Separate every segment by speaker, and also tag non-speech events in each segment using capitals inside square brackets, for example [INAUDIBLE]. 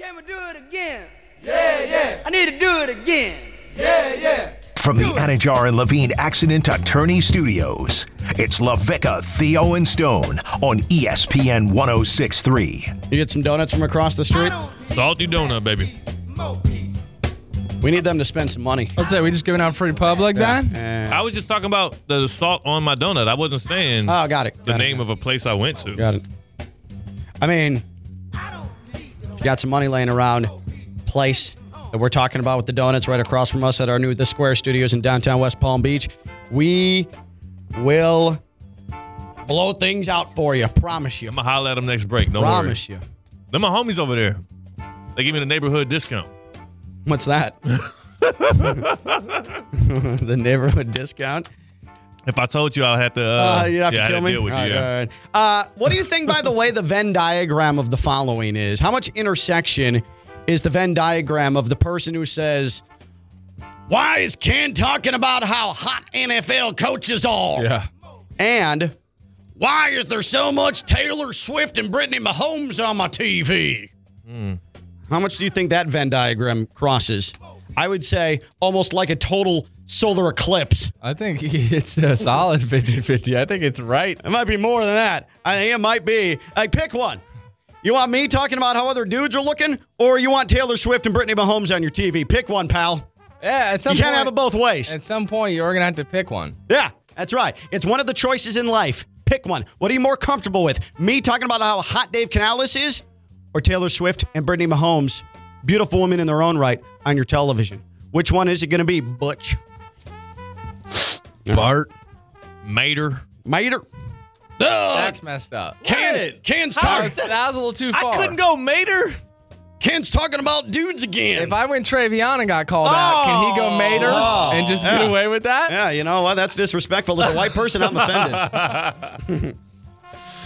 Speaker 1: Never do it again. Yeah, yeah. I need to do it again.
Speaker 2: From the Anajar and Levine Accident Attorney Studios, it's LaVica, Theo, and Stone on E ESPN 1063.
Speaker 3: You get some donuts from across the
Speaker 1: I
Speaker 3: street.
Speaker 1: don't need
Speaker 4: Salty donut, baby.
Speaker 1: more peace.
Speaker 3: We need them to spend some money.
Speaker 5: What's that? We just giving out free pub like that?
Speaker 4: I was just talking about the salt on my donut. I wasn't saying
Speaker 3: Oh, got it.
Speaker 4: the
Speaker 3: Got it.
Speaker 4: name of a place I went to.
Speaker 3: Got it. I mean,
Speaker 1: I don't need no
Speaker 3: got some money laying around. Place that we're talking about with the donuts right across from us at our new The Square Studios in downtown West Palm Beach. We will blow things out for you. Promise you.
Speaker 4: I'm gonna holler at them next break. Don't
Speaker 3: Promise you.
Speaker 4: worry. They're my homies over there. They give me the neighborhood discount.
Speaker 3: What's that? [LAUGHS] the neighborhood discount.
Speaker 4: If I told you, I'd have to. Uh,
Speaker 3: Uh, you'd have
Speaker 4: yeah,
Speaker 3: to
Speaker 4: I'd
Speaker 3: kill me.
Speaker 4: deal with you.
Speaker 3: All right,
Speaker 4: yeah.
Speaker 3: all right. Uh, what do you think, by the way, the Venn diagram of the following is? How much intersection is the Venn diagram of the person who says, Why is Ken talking about how hot NFL coaches are?
Speaker 5: Yeah.
Speaker 3: And why is there so much Taylor Swift and Brittany Mahomes on my TV?
Speaker 4: Hmm.
Speaker 3: How much do you think that Venn diagram crosses? I would say almost like a total solar eclipse.
Speaker 5: I think [LAUGHS] it's a solid 50 50. I think it's right.
Speaker 3: It might be more than that. I think it might be. Like, pick one. You want me talking about how other dudes are looking, or you want Taylor Swift and Brittany Mahomes on your TV? Pick one, pal.
Speaker 5: Yeah, at some
Speaker 3: You can't
Speaker 5: point,
Speaker 3: have it both ways.
Speaker 5: At some point, you're going to have to pick one.
Speaker 3: Yeah, that's right. It's one of the choices in life. Pick one. What are you more comfortable with? Me talking about how hot Dave Canales is, or Taylor Swift and Brittany Mahomes, beautiful women in their own right, on your television? Which one is it going to be, Butch?
Speaker 4: Bart, Mater.
Speaker 3: Mater?
Speaker 5: That's messed up.
Speaker 3: Can, Can's,
Speaker 5: That
Speaker 3: talk,
Speaker 5: was, that was a little too far.
Speaker 4: go Mater.
Speaker 3: Can's talking about dudes again.
Speaker 5: If I went Travion and got called out, can he go Mater
Speaker 3: Oh.
Speaker 5: and just get
Speaker 3: Yeah.
Speaker 5: away with that?
Speaker 3: Yeah, you know what? That's disrespectful. As a white person, I'm offended.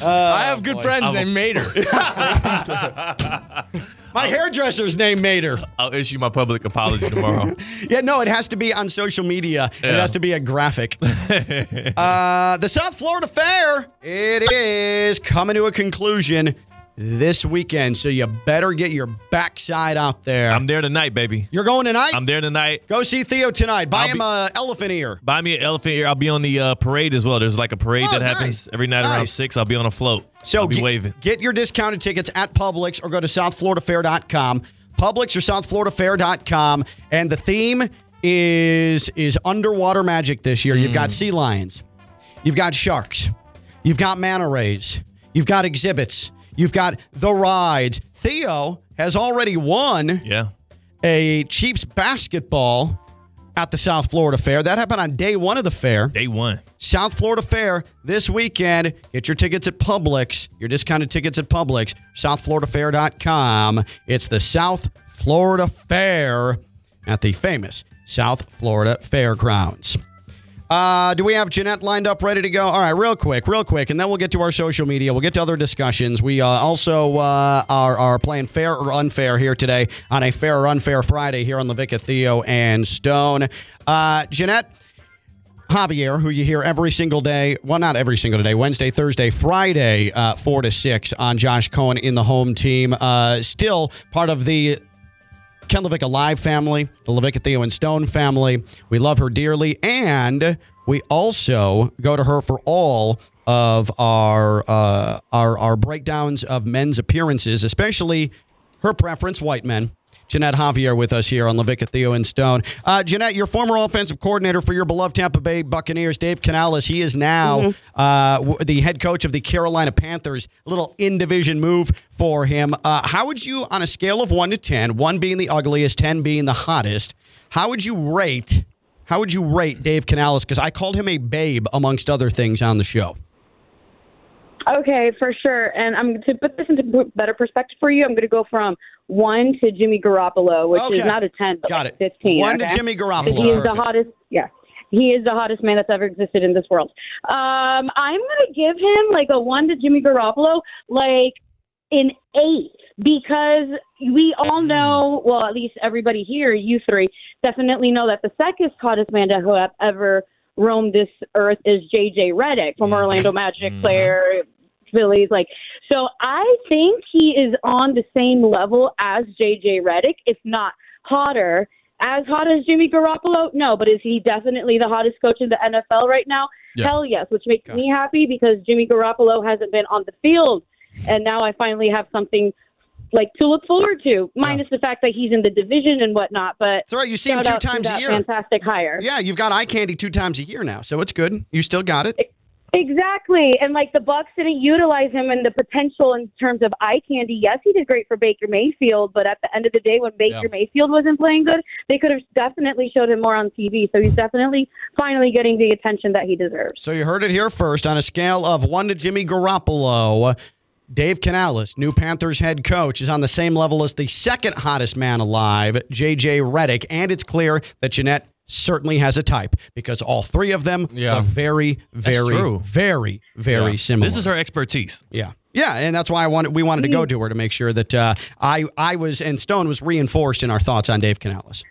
Speaker 5: I have
Speaker 3: Oh,
Speaker 5: good friends named Mater.
Speaker 3: [LAUGHS]
Speaker 4: [LAUGHS]
Speaker 3: My hairdresser's name Mater.
Speaker 4: I'll issue my public apology
Speaker 3: [LAUGHS]
Speaker 4: tomorrow.
Speaker 3: Yeah, no, it has to be on social media. It
Speaker 4: Yeah.
Speaker 3: has to be
Speaker 4: [LAUGHS]
Speaker 3: a graphic. uh, the South Florida Fair, it is coming to a conclusion this weekend, so you better get your backside out there.
Speaker 4: I'm there tonight, baby.
Speaker 3: You're going tonight?
Speaker 4: I'm there tonight.
Speaker 3: Go see Theo tonight. Buy
Speaker 4: I'll
Speaker 3: him
Speaker 4: be-
Speaker 3: a elephant ear.
Speaker 4: Buy me an elephant ear. I'll be on the uh, parade as well. There's like a parade
Speaker 3: Oh,
Speaker 4: that happens
Speaker 3: nice.
Speaker 4: every night around
Speaker 3: Nice.
Speaker 4: six. I'll be on a float.
Speaker 3: So
Speaker 4: I'll be
Speaker 3: get,
Speaker 4: waving.
Speaker 3: get your discounted tickets at Publix or go to southfloridafair.com. Publix or southfloridafair.com. And the theme is is underwater magic this year. You've
Speaker 4: Mm.
Speaker 3: got sea lions. You've got sharks. You've got manta rays. You've got exhibits. You've got the rides. Theo has already won
Speaker 4: Yeah.
Speaker 3: a Chiefs basketball at the South Florida Fair. That happened on day one of the fair.
Speaker 4: Day one.
Speaker 3: South Florida Fair this weekend. Get your tickets at Publix, your discounted tickets at Publix, southfloridafair.com. It's the South Florida Fair at the famous South Florida Fairgrounds. Uh, do we have Jeanette lined up, ready to go? All right, real quick, real quick, and then we'll get to our social media. We'll get to other discussions. We uh, also uh, are, are playing fair or unfair here today on a fair or unfair Friday here on Levica, Theo, and Stone. Uh, Jeanette, Javier, who you hear every single day. Well, not every single day. Wednesday, Thursday, Friday, uh, four to six on Josh Cohen in the home team. Uh, still part of the Ken Levick Alive family, the Levick Theo and Stone family. We love her dearly, and we also go to her for all of our uh, our our breakdowns of men's appearances, especially her preference, white men. Jeanette Javier with us here on Levick Theo and Stone. Uh, Jeanette, your former offensive coordinator for your beloved Tampa Bay Buccaneers, Dave Canales, he is now uh, w- the head coach of the Carolina Panthers. A little in division move for him. Uh, how would you, on a scale of one to 10, one being the ugliest, 10 being the hottest, how would you rate? How would you rate Dave Canales? Because I called him a babe, amongst other things, on the show.
Speaker 6: Okay, for sure. And I'm to put this into p- better perspective for you. I'm going to go from one to Jimmy Garoppolo, which
Speaker 3: Okay.
Speaker 6: is not a ten, but
Speaker 3: Got
Speaker 6: like
Speaker 3: it.
Speaker 6: fifteen.
Speaker 3: One to
Speaker 6: okay?
Speaker 3: Jimmy Garoppolo.
Speaker 6: He is the
Speaker 3: Perfect.
Speaker 6: hottest. Yeah, he is the hottest man that's ever existed in this world. Um, I'm going to give him like a one to Jimmy Garoppolo, like an eight, because we all
Speaker 3: Mm.
Speaker 6: know, well, at least everybody here, you three, definitely know that the second hottest man to who have
Speaker 3: Mm. Mm-hmm.
Speaker 6: ever roamed this earth is J.J. Reddick from Orlando Magic player Phillies. Like, so I think he is on the same level as JJ Reddick, if not hotter. As hot as Jimmy Garoppolo? No, but is he definitely the hottest coach in the NFL right now?
Speaker 5: Yeah.
Speaker 6: Hell yes, which makes me happy because Jimmy Garoppolo hasn't been on the field, and now I finally have something like to look forward to. Minus the fact that he's in the division and whatnot, but
Speaker 3: That's right. You see him
Speaker 6: shout
Speaker 3: two
Speaker 6: out to
Speaker 3: times a
Speaker 6: that
Speaker 3: year.
Speaker 6: Fantastic hire.
Speaker 3: Yeah, you've got eye candy two times a year now, so it's good. You still got it.
Speaker 6: Exactly, and like the Bucks didn't utilize him and the potential in terms of eye candy. Yes, he did great for Baker Mayfield, but at the end of the day, when Baker
Speaker 5: Yeah.
Speaker 6: Mayfield wasn't playing good, they could have definitely showed him more on TV. So he's definitely finally getting the attention that he deserves.
Speaker 3: So you heard it here first. On a scale of one to Jimmy Garoppolo, Dave Canales, new Panthers head coach, is on the same level as the second hottest man alive, J.J. Reddick, and it's clear that Jeanette certainly has a type because all three of them
Speaker 5: Yeah.
Speaker 3: look very, very,
Speaker 4: true.
Speaker 3: very, very similar.
Speaker 4: This is her expertise.
Speaker 3: Yeah. Yeah, and that's why I wanted we wanted to go to her to make sure that uh, I I was and Stone was reinforced in our thoughts on Dave Canales.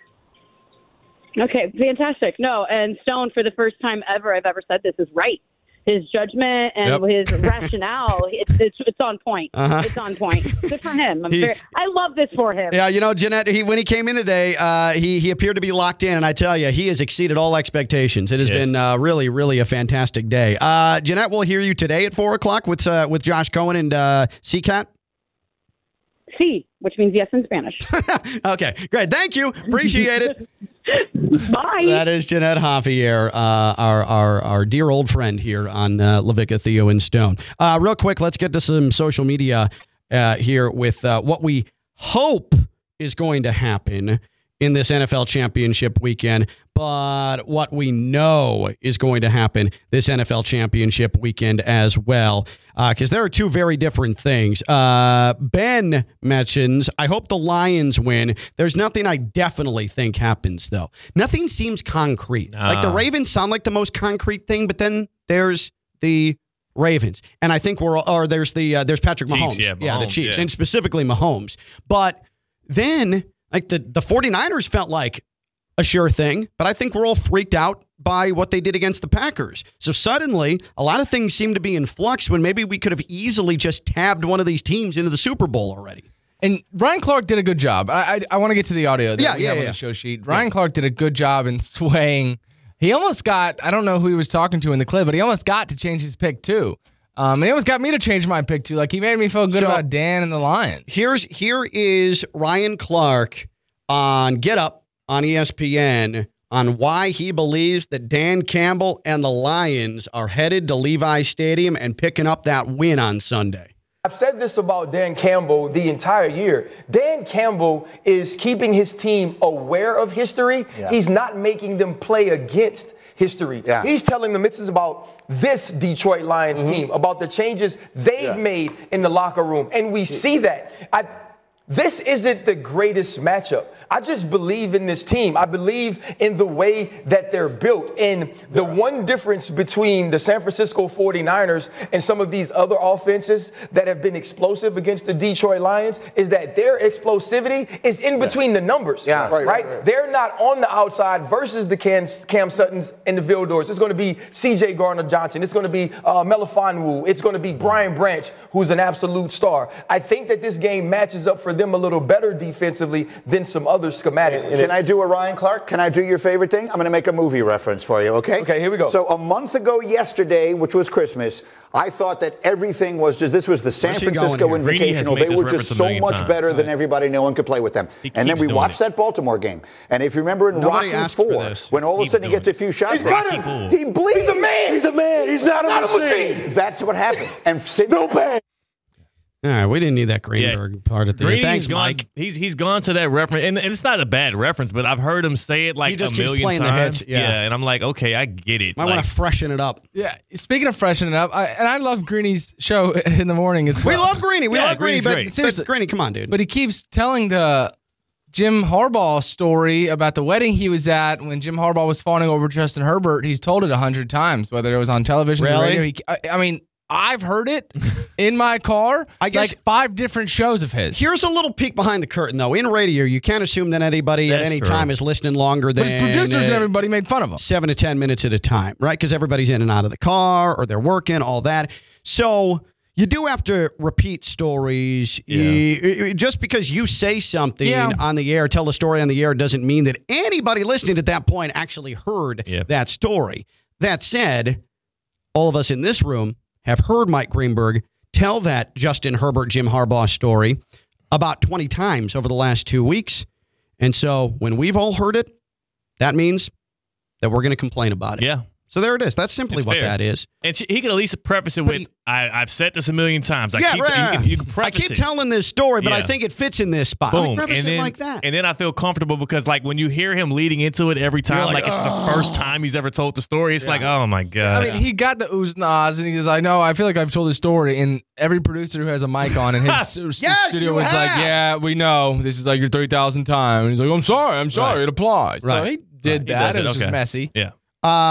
Speaker 6: Okay, fantastic. No, and Stone, for the first time ever, I've ever said this is right. His judgment and his
Speaker 3: [LAUGHS]
Speaker 6: rationale, it's, it's it's on point. It's on point. Good for him. I'm
Speaker 3: Uh-huh. He-
Speaker 6: very, I love this for him.
Speaker 3: Yeah, you know, Jeanette, he, when he came in today, uh, he he appeared to be locked in, and I tell you, he has exceeded all expectations. It has
Speaker 4: Yes.
Speaker 3: been uh, really, really a fantastic day. Uh, Jeanette, we'll hear you today at four o'clock with uh, with Josh Cohen and uh, CCAT.
Speaker 6: C, which means yes in
Speaker 3: [LAUGHS]
Speaker 6: Spanish.
Speaker 3: Okay, great, thank you, appreciate it.
Speaker 6: Bye.
Speaker 3: That is Jeanette Javier, uh, our, our our dear old friend here on uh, Levica Theo and Stone. Uh, real quick, let's get to some social media uh, here with uh, what we hope is going to happen in this NFL championship weekend, but what we know is going to happen this NFL championship weekend as well, because there are two very different things. Uh, ben mentions, I hope the Lions win. There's nothing I definitely think happens, though. Nothing seems concrete. Like the
Speaker 4: Nah.
Speaker 3: Ravens sound like the most concrete thing, but then there's the. Ravens, and I think we're all, or there's the uh, there's Patrick
Speaker 4: Chiefs,
Speaker 3: Mahomes,
Speaker 4: yeah,
Speaker 3: the
Speaker 4: Mahomes,
Speaker 3: Chiefs,
Speaker 4: yeah.
Speaker 3: and specifically Mahomes. But then like the, the 49ers felt like a sure thing, but I think we're all freaked out by what they did against the Packers. So suddenly, a lot of things seem to be in flux when maybe we could have easily just tabbed one of these teams into the Super Bowl already.
Speaker 5: And Ryan Clark did a good job. I I, I want to get to the audio that
Speaker 3: Yeah,
Speaker 5: we
Speaker 3: yeah,
Speaker 5: have on
Speaker 3: yeah.
Speaker 5: the show sheet. Ryan Clark did a good job in swaying. He almost got I don't know who he was talking to in the clip, but he almost got to change his pick too. Um, and he almost got me to change my pick too. Like he made me feel good
Speaker 3: So-
Speaker 5: about Dan and the Lions.
Speaker 3: Here's here is Ryan Clark on Get Up on E ESPN on why he believes that Dan Campbell and the Lions are headed to Levi Stadium and picking up that win on Sunday.
Speaker 7: I've said this about Dan Campbell the entire year. Dan Campbell is keeping his team aware of history. He's not making them play against history.
Speaker 8: Yeah. Mm-hmm.
Speaker 7: He's telling them this is about this Detroit Lions team, about the changes they've
Speaker 8: Yeah.
Speaker 7: made in the locker room. And we see that. I, this isn't the greatest matchup. I just believe in this team. I believe in the way that they're built. And the one difference between the San Francisco 49ers and some of these other offenses that have been explosive against the Detroit Lions is that their explosivity is in between the numbers.
Speaker 8: Yeah.
Speaker 7: Right,
Speaker 8: Right, right, right.
Speaker 7: They're not on the outside versus the Cam, Cam Suttons and the Vildors. It's going to be C.J. Garner Johnson. It's going to be uh, Melifonwu. It's going to be Brian Branch, who's an absolute star. I think that this game matches up for them a little better defensively than some other schematically.
Speaker 8: Can I do a Ryan Clark? Can I do your favorite thing? I'm going to make a movie reference for you, okay?
Speaker 7: Okay, here we go.
Speaker 8: So a month ago yesterday, which was Christmas, I thought that everything was just this was the San
Speaker 3: Where's he going
Speaker 8: Francisco
Speaker 3: here?
Speaker 4: Greeny has
Speaker 8: Invitational.
Speaker 4: made
Speaker 8: They
Speaker 4: this
Speaker 8: were
Speaker 4: reference
Speaker 8: just
Speaker 4: a
Speaker 8: so
Speaker 4: million
Speaker 8: much
Speaker 4: times.
Speaker 8: better than everybody. No one could play with them.
Speaker 4: He
Speaker 8: And then
Speaker 4: keeps
Speaker 8: we
Speaker 4: doing
Speaker 8: watched
Speaker 4: it.
Speaker 8: that Baltimore game. And if you remember in
Speaker 3: Nobody
Speaker 8: Rocky
Speaker 3: asked for
Speaker 8: 4,
Speaker 3: this.
Speaker 8: when all of a
Speaker 4: Keeps
Speaker 8: sudden he
Speaker 4: doing
Speaker 8: gets a
Speaker 4: it.
Speaker 8: few shots,
Speaker 7: He's got
Speaker 4: Rocky
Speaker 7: him.
Speaker 4: fool.
Speaker 7: He bleeds. He's a man. He's a man. He's not, a machine.
Speaker 8: that's what happened. And Sid-
Speaker 3: All right, we didn't need that Greenberg part at the end.
Speaker 4: Greeny's
Speaker 3: Thanks,
Speaker 4: gone,
Speaker 3: Mike.
Speaker 4: He's he's gone to that reference, and, and it's not a bad reference, but I've heard him say it like
Speaker 3: He just
Speaker 4: a
Speaker 3: keeps
Speaker 4: million
Speaker 3: playing the
Speaker 4: times.
Speaker 3: hits, yeah.
Speaker 4: and I'm like, okay, I get it.
Speaker 3: Might
Speaker 4: Like,
Speaker 3: want to freshen it up.
Speaker 5: Yeah. Speaking of freshening up, I, and I love Greeny's show [LAUGHS] in the morning as
Speaker 3: We
Speaker 5: well.
Speaker 3: love Greeny. We
Speaker 4: Yeah,
Speaker 3: love Greeny,
Speaker 4: Greeny's
Speaker 3: but,
Speaker 4: great.
Speaker 5: Seriously.
Speaker 3: but Greeny, come on, dude.
Speaker 5: But he keeps telling the Jim Harbaugh story about the wedding he was at when Jim Harbaugh was fawning over Justin Herbert. He's told it a hundred times, whether it was on television, or
Speaker 3: Really?
Speaker 5: radio. He, I, I mean, I've heard
Speaker 3: [LAUGHS]
Speaker 5: it in my car.
Speaker 3: I guess-
Speaker 5: like five different shows of his.
Speaker 3: Here's a little peek behind the curtain, though. In radio, you can't assume that anybody at
Speaker 4: That's
Speaker 3: any
Speaker 4: true.
Speaker 3: time is listening longer than
Speaker 5: but his producers and
Speaker 3: uh,
Speaker 5: everybody made fun of him.
Speaker 3: seven to ten minutes at a time, right? Because everybody's in and out of the car or they're working, all that. So you do have to repeat stories. You- it- it- just because you say something
Speaker 5: Yeah.
Speaker 3: on the air, tell a story on the air, doesn't mean that anybody listening at that point actually heard
Speaker 4: Yeah.
Speaker 3: that story. That said, all of us in this room have heard Mike Greenberg tell that Justin Herbert, Jim Harbaugh story about 20 times over the last two weeks. And so when we've all heard it, that means that we're going to complain about it.
Speaker 4: Yeah.
Speaker 3: So there it is. That's simply
Speaker 4: It's
Speaker 3: what
Speaker 4: fair.
Speaker 3: that is.
Speaker 4: And she, he could at least preface it with,
Speaker 3: he-
Speaker 4: I, I've said this a million times. I
Speaker 3: yeah,
Speaker 4: keep,
Speaker 3: right.
Speaker 4: You, can, you can
Speaker 3: I
Speaker 4: preface
Speaker 3: keep
Speaker 4: it.
Speaker 3: telling this story, but I
Speaker 4: Yeah.
Speaker 3: think it fits in this spot. I
Speaker 4: Boom.
Speaker 3: preface
Speaker 4: and
Speaker 3: it
Speaker 4: then,
Speaker 3: like that.
Speaker 4: And then I feel comfortable because, like, when you hear him leading into it every time, like, it's the first time he's ever told the story, it's like, oh my
Speaker 5: I
Speaker 4: God.
Speaker 5: mean, he got the oohs and ahs, and he was like, "No, I feel like I've told this story." And every producer who has a mic on in
Speaker 3: [LAUGHS]
Speaker 5: his stu-
Speaker 3: Yes,
Speaker 5: studio
Speaker 3: you
Speaker 5: was
Speaker 3: have.
Speaker 5: like, "Yeah, we know this is like your three thousand time." And he's like, "Oh, "I'm sorry, I'm sorry, it applies." So
Speaker 3: Right.
Speaker 5: he did
Speaker 4: He
Speaker 5: that.
Speaker 4: does
Speaker 5: It,
Speaker 4: it,
Speaker 5: was just
Speaker 4: okay.
Speaker 5: messy.
Speaker 4: yeah.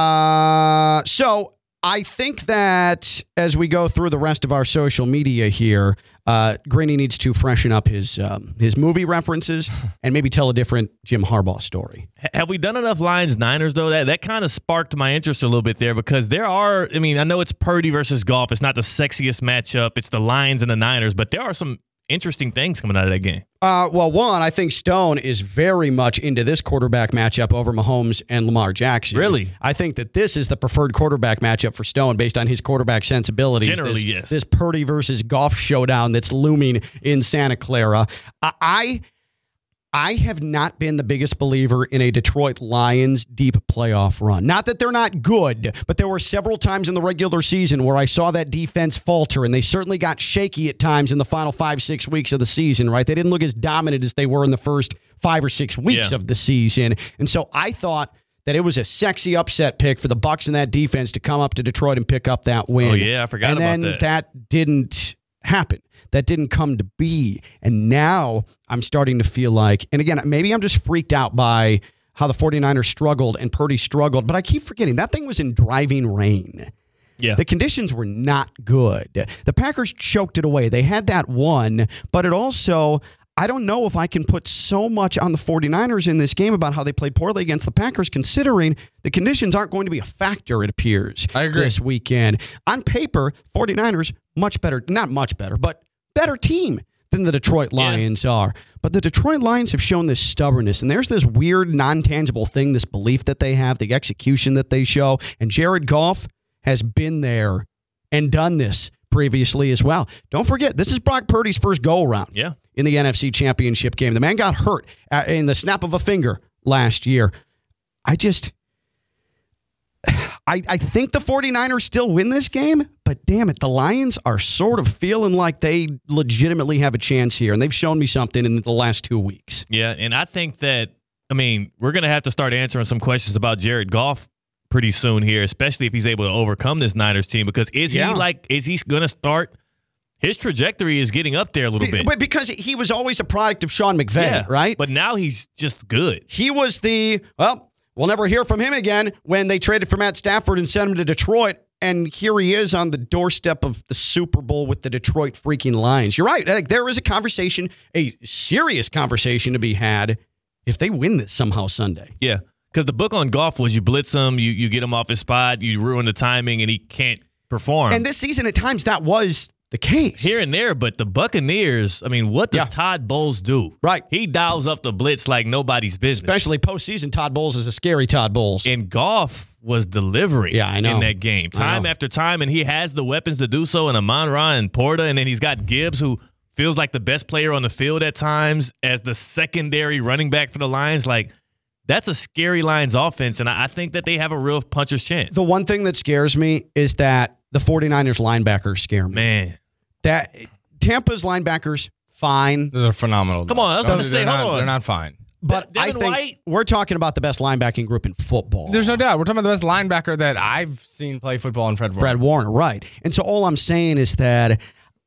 Speaker 3: Uh, so I think that as we go through the rest of our social media here, uh, Greeny needs to freshen up his um, his
Speaker 4: [SIGHS]
Speaker 3: movie references and maybe tell a different Jim Harbaugh story.
Speaker 4: H- Have we done enough Lions Niners though? That that kind of sparked my interest a little bit there because there are. I mean, I know it's Purdy versus Golf. It's not the sexiest matchup. It's the Lions and the Niners, but there are some interesting things coming out of that game.
Speaker 3: Uh, well, one, I think Stone is very much into this quarterback matchup over Mahomes and Lamar Jackson.
Speaker 4: Really?
Speaker 3: I think that this is the preferred quarterback matchup for Stone based on his quarterback sensibilities.
Speaker 4: Generally,
Speaker 3: this,
Speaker 4: yes.
Speaker 3: This Purdy versus Goff showdown that's looming in Santa Clara. I. I I have not been the biggest believer in a Detroit Lions deep playoff run. Not that they're not good, but there were several times in the regular season where I saw that defense falter, and they certainly got shaky at times in the final five, six weeks of the season, right? They didn't look as dominant as they were in the first five or six weeks
Speaker 4: Yeah.
Speaker 3: of the season. And so I thought that it was a sexy upset pick for the Bucks and that defense to come up to Detroit and pick up that win.
Speaker 4: Oh, yeah, I forgot
Speaker 3: and
Speaker 4: about
Speaker 3: then
Speaker 4: that.
Speaker 3: that didn't happen. That didn't come to be. And now I'm starting to feel like, and again, maybe I'm just freaked out by how the 49ers struggled and Purdy struggled, but I keep forgetting that thing was in driving rain.
Speaker 4: Yeah.
Speaker 3: The conditions were not good. The Packers choked it away. They had that one, but it also, I don't know if I can put so much on the 49ers in this game about how they played poorly against the Packers, considering the conditions aren't going to be a factor, it appears.
Speaker 5: I agree.
Speaker 3: This weekend. On paper, 49ers, much better, not much better, but better team than the Detroit Lions are. But the Detroit Lions have shown this stubbornness, and there's this weird, non tangible thing, this belief that they have, the execution that they show. And Jared Goff has been there and done this previously as well. Don't forget, this is Brock Purdy's first go around
Speaker 4: Yeah.
Speaker 3: in the NFC Championship game. The man got hurt uh, in the snap of a finger last year. I just. [SIGHS] I, I think the 49ers still win this game, but damn it, the Lions are sort of feeling like they legitimately have a chance here, and they've shown me something in the last two weeks.
Speaker 4: Yeah, and I think that I mean we're gonna have to start answering some questions about Jared Goff pretty soon here, especially if he's able to overcome this Niners team. Because is
Speaker 3: Yeah.
Speaker 4: he like is he gonna start? His trajectory is getting up there a little bit.
Speaker 3: But because he was always a product of Sean McVay, right?
Speaker 4: But now he's just good.
Speaker 3: He was the, well, we'll never hear from him again when they traded for Matt Stafford and sent him to Detroit. And here he is on the doorstep of the Super Bowl with the Detroit freaking Lions. You're right. Like, there is a conversation, a serious conversation to be had if they win this somehow Sunday.
Speaker 4: Yeah, because the book on golf was you blitz him, you you get him off his spot, you ruin the timing, and he can't perform.
Speaker 3: And this season, at times, that was the case.
Speaker 4: here and there, but the Buccaneers. I mean, what does
Speaker 3: Yeah.
Speaker 4: Todd Bowles do?
Speaker 3: Right.
Speaker 4: he dials up the blitz like nobody's business.
Speaker 3: especially postseason, Todd Bowles is a scary Todd Bowles.
Speaker 4: and golf was delivering
Speaker 3: Yeah, I know.
Speaker 4: in that game time
Speaker 3: know.
Speaker 4: after time and he has the weapons to do so in Amon Ra and Porta and then he's got Gibbs who feels like the best player on the field at times as the secondary running back for the Lions like that's a scary Lions offense and I I think that they have a real puncher's chance
Speaker 3: the one thing that scares me is that the 49ers linebackers scare me.
Speaker 4: man
Speaker 3: That Tampa's linebackers, fine.
Speaker 5: They're phenomenal.
Speaker 4: Come
Speaker 5: though.
Speaker 4: on, I was
Speaker 5: They're-
Speaker 4: about to say,
Speaker 5: they're
Speaker 4: hold
Speaker 5: not-
Speaker 4: on.
Speaker 5: They're not fine.
Speaker 3: But
Speaker 4: De-
Speaker 3: I
Speaker 4: Devin
Speaker 3: think
Speaker 4: White?
Speaker 3: we're talking about the best linebacking group in football.
Speaker 5: There's no doubt. We're talking about the best linebacker that I've seen play football in Fred Warner.
Speaker 3: Brad Warner, right? And so all I'm saying is that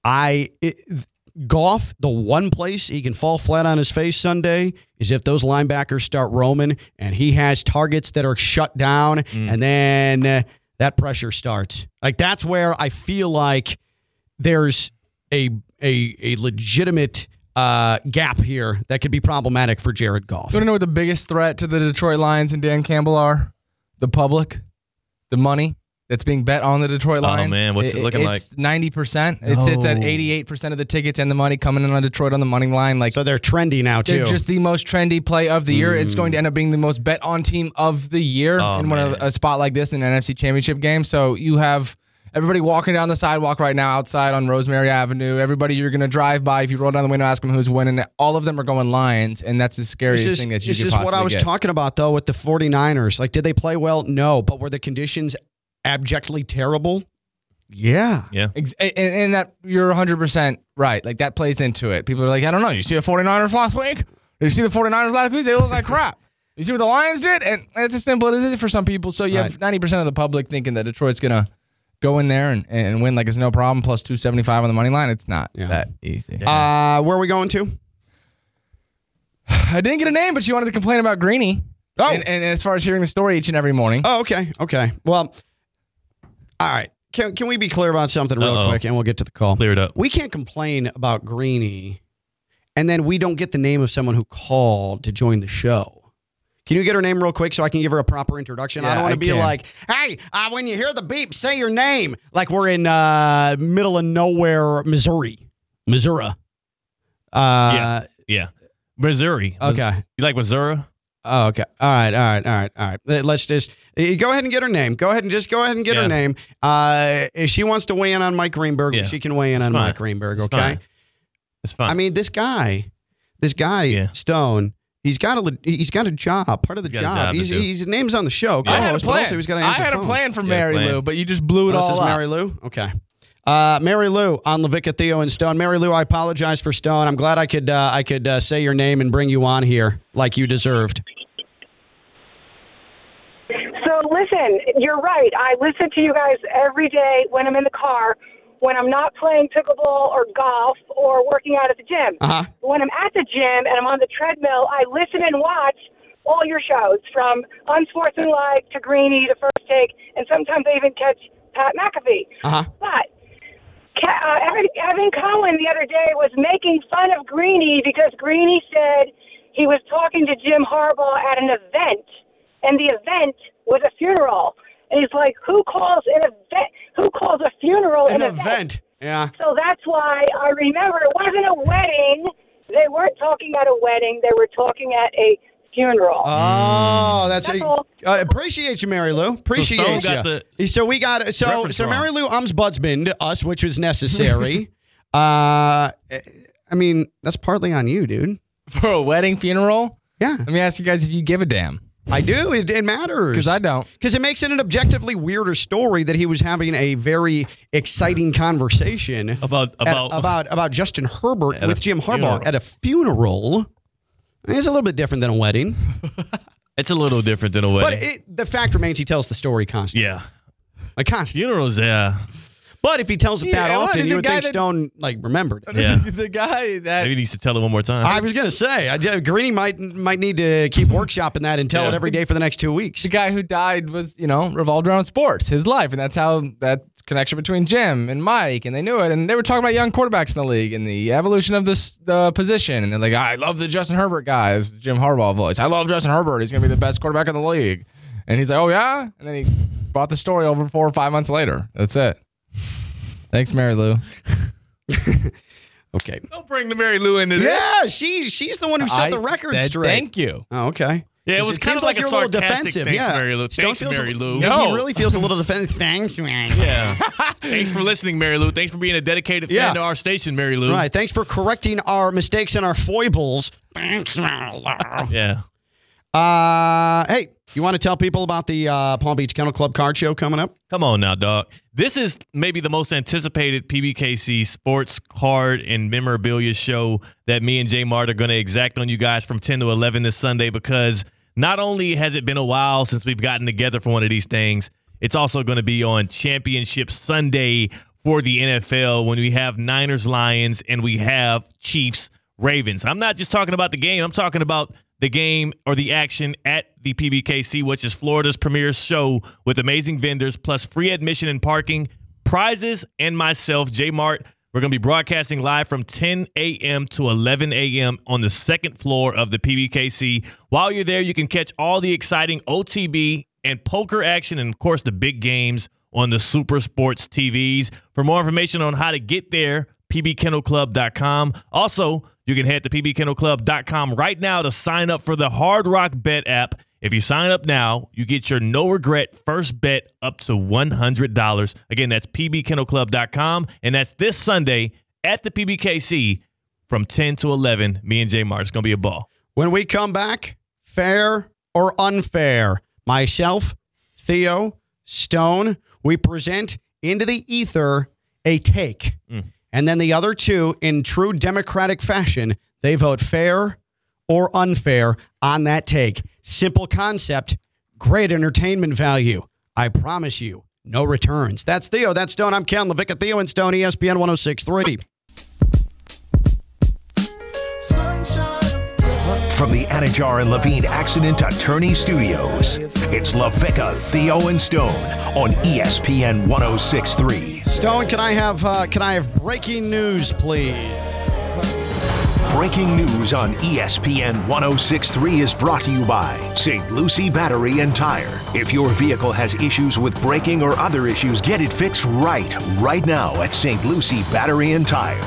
Speaker 3: I it, golf. The one place he can fall flat on his face Sunday is if those linebackers start roaming and he has targets that are shut down, and then uh, that pressure starts. Like that's where I feel like there's a a a legitimate. Uh, gap here that could be problematic for Jared Goff.
Speaker 5: You want to know what the biggest threat to the Detroit Lions and Dan Campbell are? The public, the money, that's being bet on the Detroit Lions.
Speaker 4: Oh, man, what's it looking
Speaker 5: it's Ninety percent. It's it's at
Speaker 4: No.
Speaker 5: eighty-eight percent of the tickets and the money coming in on Detroit on the money line. Like
Speaker 3: So they're trendy now too. Mm.
Speaker 5: they're just the most trendy play of the year. It's going to end up being the most bet on team of the year
Speaker 4: Oh,
Speaker 5: in one of
Speaker 4: man.
Speaker 5: a spot like this in an NFC Championship game. So you have everybody walking down the sidewalk right now outside on Rosemary Avenue. Everybody you're going to drive by if you roll down the window, ask them who's winning. All of them are going Lions, and that's the scariest
Speaker 3: this is,
Speaker 5: thing that you
Speaker 3: this
Speaker 5: could
Speaker 3: is
Speaker 5: possibly
Speaker 3: what I was
Speaker 5: get.
Speaker 3: talking about though with the 49ers. Like, did they play well? No, but were the conditions abjectly terrible? Yeah.
Speaker 4: Yeah.
Speaker 5: Ex- And, and that you're 100% right. Like that plays into it. People are like, I don't know. You see the 49ers last week? Did you see the 49ers last week? They look like crap. You see what the Lions did? And it's as simple as it is for some people. So you have 90% of the public thinking that Detroit's going to go in there and, and win like it's no problem, plus 275 on the money line. It's not that easy.
Speaker 3: Uh, where are we going to?
Speaker 5: I didn't get a name, but she wanted to complain about Greeny.
Speaker 3: Oh.
Speaker 5: And, and as far as hearing the story each and every morning.
Speaker 3: Oh, okay. Okay. Well, all right. Can, can we be clear about something real
Speaker 4: Uh-oh.
Speaker 3: quick and we'll get to the call?
Speaker 4: Clear it up.
Speaker 3: We can't complain about Greeny and then we don't get the name of someone who called to join the show. Can you get her name real quick so I can give her a proper introduction? I
Speaker 5: Yeah,
Speaker 3: don't want
Speaker 5: I
Speaker 3: to be
Speaker 5: can.
Speaker 3: like, hey, uh, when you hear the beep, say your name. Like we're in uh, middle of nowhere, Missouri. Missouri. Uh,
Speaker 4: Yeah. Missouri.
Speaker 3: Okay.
Speaker 4: You like Missouri?
Speaker 3: Oh, okay. All right. All right. All right. All right. Let- Let's just eh, go ahead and get her name. Go ahead and just go ahead and get
Speaker 4: Yeah.
Speaker 3: her name. Uh, if she wants to weigh in on Mike Greenberg,
Speaker 4: Yeah.
Speaker 3: she can weigh in
Speaker 4: It's
Speaker 3: on
Speaker 4: fine.
Speaker 3: Mike Greenberg.
Speaker 4: It's
Speaker 3: Okay.
Speaker 4: fine. It's fine.
Speaker 3: I mean, this guy, this guy
Speaker 4: Yeah.
Speaker 3: Stone, he's got a le- he's got a job. Part of the
Speaker 4: He's got a
Speaker 3: job.
Speaker 4: job to
Speaker 3: he's,
Speaker 4: do.
Speaker 3: he's his name's on the show.
Speaker 4: Yeah. I had
Speaker 3: co-host, but also he's got to
Speaker 5: I
Speaker 3: answer
Speaker 5: had a
Speaker 3: phones.
Speaker 5: plan for
Speaker 4: Yeah,
Speaker 5: Mary
Speaker 4: plan.
Speaker 5: Lou, but you just blew it
Speaker 3: Oh,
Speaker 5: all
Speaker 3: this is
Speaker 5: up.
Speaker 3: Mary Lou. Okay. Uh, Mary Lou on Lavica Theo and Stone. Mary Lou, I apologize for Stone. I'm glad I could uh, I could uh, say your name and bring you on here like you deserved.
Speaker 9: So listen, you're right. I listen to you guys every day when I'm in the car, when I'm not playing pickleball or golf or working out at the gym.
Speaker 3: Uh-huh.
Speaker 9: When I'm at the gym and I'm on the treadmill, I listen and watch all your shows from Unsportsmanlike to Greeny to First Take, and sometimes I even catch Pat McAfee.
Speaker 3: Uh-huh.
Speaker 9: But Ca- uh, Evan, Evan Cohen the other day was making fun of Greeny because Greeny said he was talking to Jim Harbaugh at an event, and the event was a funeral. And he's like, "Who calls an event? Who calls a funeral an,
Speaker 3: An event. Yeah.
Speaker 9: So that's why I remember it wasn't a wedding. They weren't talking at a wedding. They were talking at a funeral.
Speaker 3: Oh, that's a,
Speaker 9: That's all.
Speaker 3: uh, appreciate you, Mary Lou. Appreciate
Speaker 4: Mm. got
Speaker 3: you.
Speaker 4: the
Speaker 3: so we got so
Speaker 4: reference
Speaker 3: so
Speaker 4: wrong.
Speaker 3: Mary Lou Umsbudsman to us, which was
Speaker 4: [LAUGHS]
Speaker 3: necessary. uh, I mean, that's partly on you, dude.
Speaker 5: [LAUGHS] For a wedding funeral?
Speaker 3: Yeah,
Speaker 5: Let me ask you guys if you give a damn.
Speaker 3: I do. It, it matters
Speaker 5: Because I don't.
Speaker 3: because it makes it an objectively weirder story that he was having a very exciting conversation at-
Speaker 4: about about
Speaker 3: uh, about about Justin Herbert
Speaker 4: At a
Speaker 3: with Jim Harbaugh
Speaker 4: funeral.
Speaker 3: at a funeral. It's a little bit different than a wedding,
Speaker 4: it's a little different than a wedding.
Speaker 3: but it, the fact remains he tells the story constantly.
Speaker 4: yeah.
Speaker 3: Like constantly.
Speaker 4: Funerals, yeah.
Speaker 3: But if he tells it that
Speaker 5: Yeah, well,
Speaker 3: often,
Speaker 5: the
Speaker 3: you would
Speaker 5: guy
Speaker 3: think
Speaker 5: that-
Speaker 3: Stone like remembered. It.
Speaker 4: Yeah.
Speaker 5: [LAUGHS] the guy that
Speaker 4: Maybe he needs to tell it one more time.
Speaker 3: [LAUGHS] I was gonna say, I, ju- Greeny might might need to keep workshopping that and tell it
Speaker 4: Yeah.
Speaker 3: every day for the next two weeks.
Speaker 5: the guy who died was, you know, revolved around sports, his life, and that's how that connection between Jim and Mike, and they knew it, and they were talking about young quarterbacks in the league and the evolution of this the position, and they're like, I love the Justin Herbert guy, It's the Jim Harbaugh voice, I love Justin Herbert, he's gonna be the best quarterback in the league, and he's like, oh yeah, and then he brought the story over four or five months later. That's it. Thanks, Mary Lou.
Speaker 3: [LAUGHS] Okay.
Speaker 4: Don't bring the Mary Lou into this.
Speaker 3: Yeah, she she's the one who set
Speaker 5: I
Speaker 3: the record
Speaker 5: said
Speaker 3: straight.
Speaker 5: Thank you.
Speaker 3: oh, okay.
Speaker 4: Yeah, it
Speaker 3: 'Cause
Speaker 4: was kind
Speaker 3: seems
Speaker 4: of like,
Speaker 3: you're
Speaker 4: a
Speaker 3: a little
Speaker 4: sarcastic
Speaker 3: defensive.
Speaker 4: Thanks,
Speaker 3: yeah.
Speaker 4: Mary Lou.
Speaker 3: Stone
Speaker 4: Thanks,
Speaker 3: feels a-
Speaker 4: Mary Lou.
Speaker 3: Yeah,
Speaker 5: No.
Speaker 3: he really feels a little defensive. Thanks, Mary.
Speaker 4: Yeah. Thanks for listening, Mary Lou. Thanks for being a dedicated
Speaker 3: Yeah.
Speaker 4: fan to our station, Mary [LAUGHS] Lou.
Speaker 3: Right. Thanks for correcting our mistakes and our foibles. Thanks, Mary Lou.
Speaker 4: Yeah.
Speaker 3: Uh, hey, you want to tell people about the uh, Palm Beach Kennel Club card show coming up?
Speaker 4: Come on now, dog. This is maybe the most anticipated PBKC sports card and memorabilia show that me and J Mart are going to exact on you guys from 10 to 11 this Sunday because not only has it been a while since we've gotten together for one of these things, it's also going to be on Championship Sunday for the NFL when we have Niners Lions and we have Chiefs Ravens. I'm not just talking about the game, I'm talking about the game or the action at the PBKC, which is Florida's premier show with amazing vendors, plus free admission and parking, prizes, and myself, J Mart. We're going to be broadcasting live from 10 a.m. to 11 a.m. on the second floor of the PBKC. While you're there, you can catch all the exciting OTB and poker action, and of course, the big games on the Super Sports TVs. For more information on how to get there, pbkennelclub.com. Also, you can head to pbkennelclub.com right now to sign up for the Hard Rock Bet app. If you sign up now, you get your no regret first bet up to $100. Again, that's pbkennelclub.com. And that's this Sunday at the PBKC from 10 to 11. Me and J Mart. It's going to be a ball.
Speaker 3: When we come back, fair or unfair, myself, Theo, Stone, we present into the ether a take. And then the other two, in true democratic fashion, they vote fair or unfair on that take. Simple concept, great entertainment value. I promise you, no returns. That's Theo. That's Stone. I'm Ken Levicka. Theo and Stone, E ESPN 1063.
Speaker 2: From the Anajar and Levine Accident Attorney Studios, it's LaVica, Theo, and Stone on E ESPN 1063.
Speaker 3: Stone, can I have uh, can I have breaking news, please?
Speaker 2: Breaking news on E ESPN 1063 is brought to you by St. Lucie Battery and Tire. If your vehicle has issues with braking or other issues, get it fixed right, right now at St. Lucie Battery and Tire.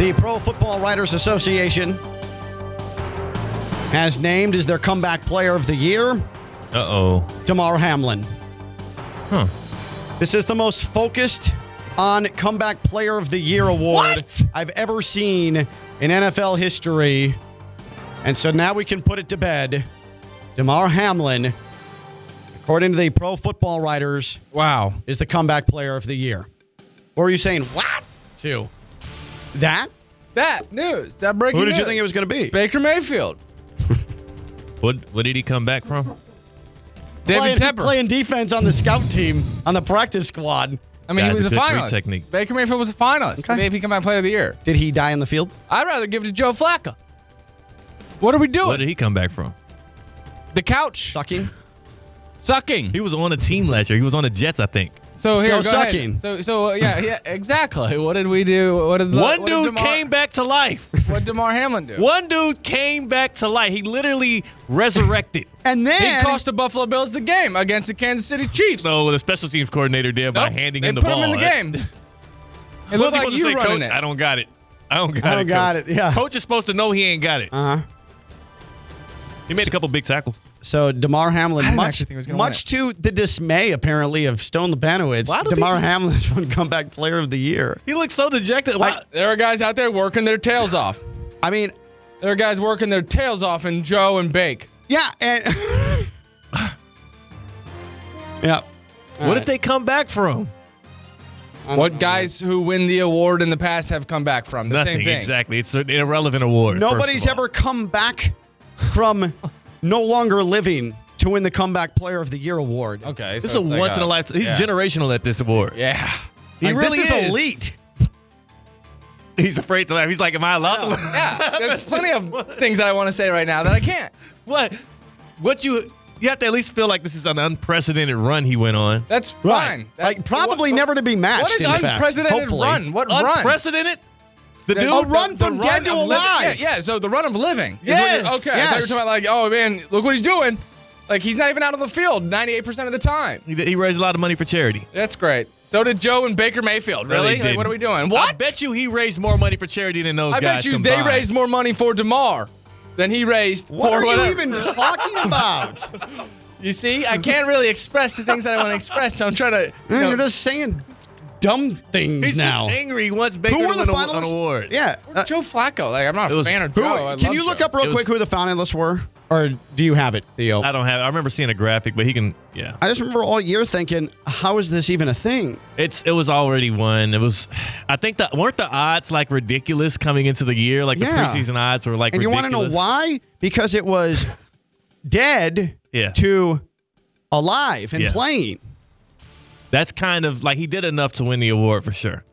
Speaker 3: The Pro Football Writers Association has named as their comeback player of the year
Speaker 4: Uh oh.
Speaker 3: Damar Hamlin.
Speaker 4: Huh.
Speaker 3: This is the most focused on comeback player of the year award I've ever seen in NFL history. And so now we can put it to bed. Damar Hamlin, according to the Pro Football Writers,
Speaker 5: Wow.
Speaker 3: is the comeback player of the year. Or are you saying what? To that?
Speaker 5: That news. That breaking
Speaker 3: Who did you
Speaker 5: news.
Speaker 3: think it was going to be?
Speaker 5: Baker Mayfield.
Speaker 4: What, what did he come back from?
Speaker 5: David
Speaker 3: playing,
Speaker 5: Tepper.
Speaker 3: playing defense on the scout team on the practice squad.
Speaker 5: I mean,
Speaker 4: Guys,
Speaker 5: he was a
Speaker 4: it's a three
Speaker 5: finalist.
Speaker 4: technique.
Speaker 5: Baker Mayfield was a finalist.
Speaker 3: Okay.
Speaker 5: Maybe he come out player of the year.
Speaker 3: Did he die in the field?
Speaker 5: I'd rather give it to Joe Flacco. What are we doing?
Speaker 4: What did he come back from?
Speaker 5: the couch
Speaker 3: Sucking.
Speaker 5: sucking.
Speaker 4: He was on a team last year. He was on the Jets, I think.
Speaker 5: So
Speaker 3: So
Speaker 5: here, go ahead.
Speaker 3: sucking.
Speaker 5: So so uh, yeah [LAUGHS] yeah exactly. What did we do? What did the,
Speaker 4: One
Speaker 5: what did
Speaker 4: dude
Speaker 5: DeMar,
Speaker 4: came back to life.
Speaker 5: What did Demar Hamlin do?
Speaker 4: One dude came back to life. He literally resurrected.
Speaker 3: And then
Speaker 5: He cost the Buffalo Bills the game against the Kansas City Chiefs.
Speaker 4: So the special teams coordinator did by
Speaker 5: Nope,
Speaker 4: handing
Speaker 5: they
Speaker 4: him the
Speaker 5: put
Speaker 4: ball.
Speaker 5: him in
Speaker 4: [LAUGHS]
Speaker 5: the game. It looked like you running
Speaker 4: coach,
Speaker 5: it.
Speaker 4: I don't got it. I don't got
Speaker 3: I don't
Speaker 4: it.
Speaker 3: got
Speaker 4: coach.
Speaker 3: it, yeah.
Speaker 4: Coach is supposed to know he ain't got it.
Speaker 3: Uh-huh.
Speaker 4: He made a couple big tackles.
Speaker 3: So Damar Hamlin,
Speaker 5: I didn't
Speaker 3: much
Speaker 5: actually think he was gonna
Speaker 3: much to the dismay apparently of Stone Labanowitz,
Speaker 4: Why do
Speaker 3: Damar
Speaker 4: people-
Speaker 3: Hamlin's [LAUGHS] won comeback player of the year.
Speaker 4: He looked so dejected. Why-
Speaker 3: Like-
Speaker 5: There are guys out there working their tails off.
Speaker 3: I mean,
Speaker 5: There are guys working their tails off in Joe and Bake.
Speaker 3: yeah, and [LAUGHS] yeah.
Speaker 4: what did they come back from?
Speaker 5: What guys who win the award in the past have come back from? The
Speaker 4: Nothing.
Speaker 5: same thing.
Speaker 4: Exactly. It's an irrelevant award. first of
Speaker 3: Nobody's
Speaker 4: all.
Speaker 3: ever come back from no longer living to win the comeback player of the year award.
Speaker 5: Okay.
Speaker 4: This
Speaker 5: so
Speaker 4: is
Speaker 5: it's
Speaker 4: a
Speaker 5: like
Speaker 4: once in a lifetime. He's
Speaker 5: yeah.
Speaker 4: generational at this award. [LAUGHS]
Speaker 5: Yeah.
Speaker 4: He
Speaker 3: Like,
Speaker 4: really
Speaker 3: this is, elite.
Speaker 4: He's afraid to laugh. He's like, "Am I allowed to laugh?"
Speaker 5: Yeah. There's plenty of things that I want to say right now that I can't.
Speaker 4: What? What you? You have to at least feel like this is an unprecedented run he went on.
Speaker 5: That's fine. That-
Speaker 3: Like probably
Speaker 5: what-
Speaker 3: never to be matched.
Speaker 5: What is
Speaker 3: in fact,
Speaker 5: unprecedented
Speaker 3: hopefully.
Speaker 5: run? What run?
Speaker 4: unprecedented. The dude
Speaker 5: Oh, the-
Speaker 3: run
Speaker 5: the
Speaker 3: from dead to
Speaker 5: of living-
Speaker 3: alive.
Speaker 5: Yeah, yeah, so the run of living. is what
Speaker 4: Yes,
Speaker 5: you're- okay. I thought you were
Speaker 3: yes.
Speaker 5: talking about like, oh man, look what he's doing. Like he's not even out of the field 98% of the time.
Speaker 4: He, he raised a lot of money for charity.
Speaker 5: That's great. So did Joe and Baker Mayfield.
Speaker 4: No,
Speaker 5: Really?
Speaker 4: they
Speaker 5: Like, what
Speaker 4: didn't.
Speaker 5: are we doing? What?
Speaker 4: I bet you he raised more money for charity than those
Speaker 5: I
Speaker 4: guys
Speaker 5: bet you
Speaker 4: combined.
Speaker 5: they raised more money for Demar than he raised
Speaker 3: What
Speaker 5: for
Speaker 3: are
Speaker 5: whatever.
Speaker 3: you even talking about?
Speaker 5: You see, I can't really express the things that I want to express. So I'm trying to. You
Speaker 3: Man,
Speaker 5: know,
Speaker 3: you're just saying dumb things
Speaker 4: He's
Speaker 3: now.
Speaker 4: just angry. He wants Baker
Speaker 3: who
Speaker 4: to
Speaker 3: were
Speaker 4: win
Speaker 3: the
Speaker 4: a-
Speaker 3: finalists?
Speaker 4: an award.
Speaker 3: Yeah. Uh,
Speaker 5: Joe Flacco. Like I'm not
Speaker 4: It
Speaker 5: a
Speaker 4: was-
Speaker 5: fan of
Speaker 3: who,
Speaker 5: Joe. I
Speaker 3: can
Speaker 5: love
Speaker 3: Oh, you look
Speaker 5: Joe.
Speaker 3: up real
Speaker 4: It was-
Speaker 3: quick who the finalists were, or do you have it, Theo?
Speaker 4: I don't have. I remember seeing a graphic, but he can. Yeah,
Speaker 3: I just remember all year thinking, how is this even a thing?
Speaker 4: it's it was already won. It was. I think that weren't the odds like ridiculous coming into the year. Like
Speaker 3: Yeah.
Speaker 4: the preseason odds were like.
Speaker 3: And you
Speaker 4: want to
Speaker 3: know why? Because it was [LAUGHS] dead
Speaker 4: Yeah.
Speaker 3: to alive and
Speaker 4: Yeah.
Speaker 3: playing.
Speaker 4: That's kind of like he did enough to win the award for sure.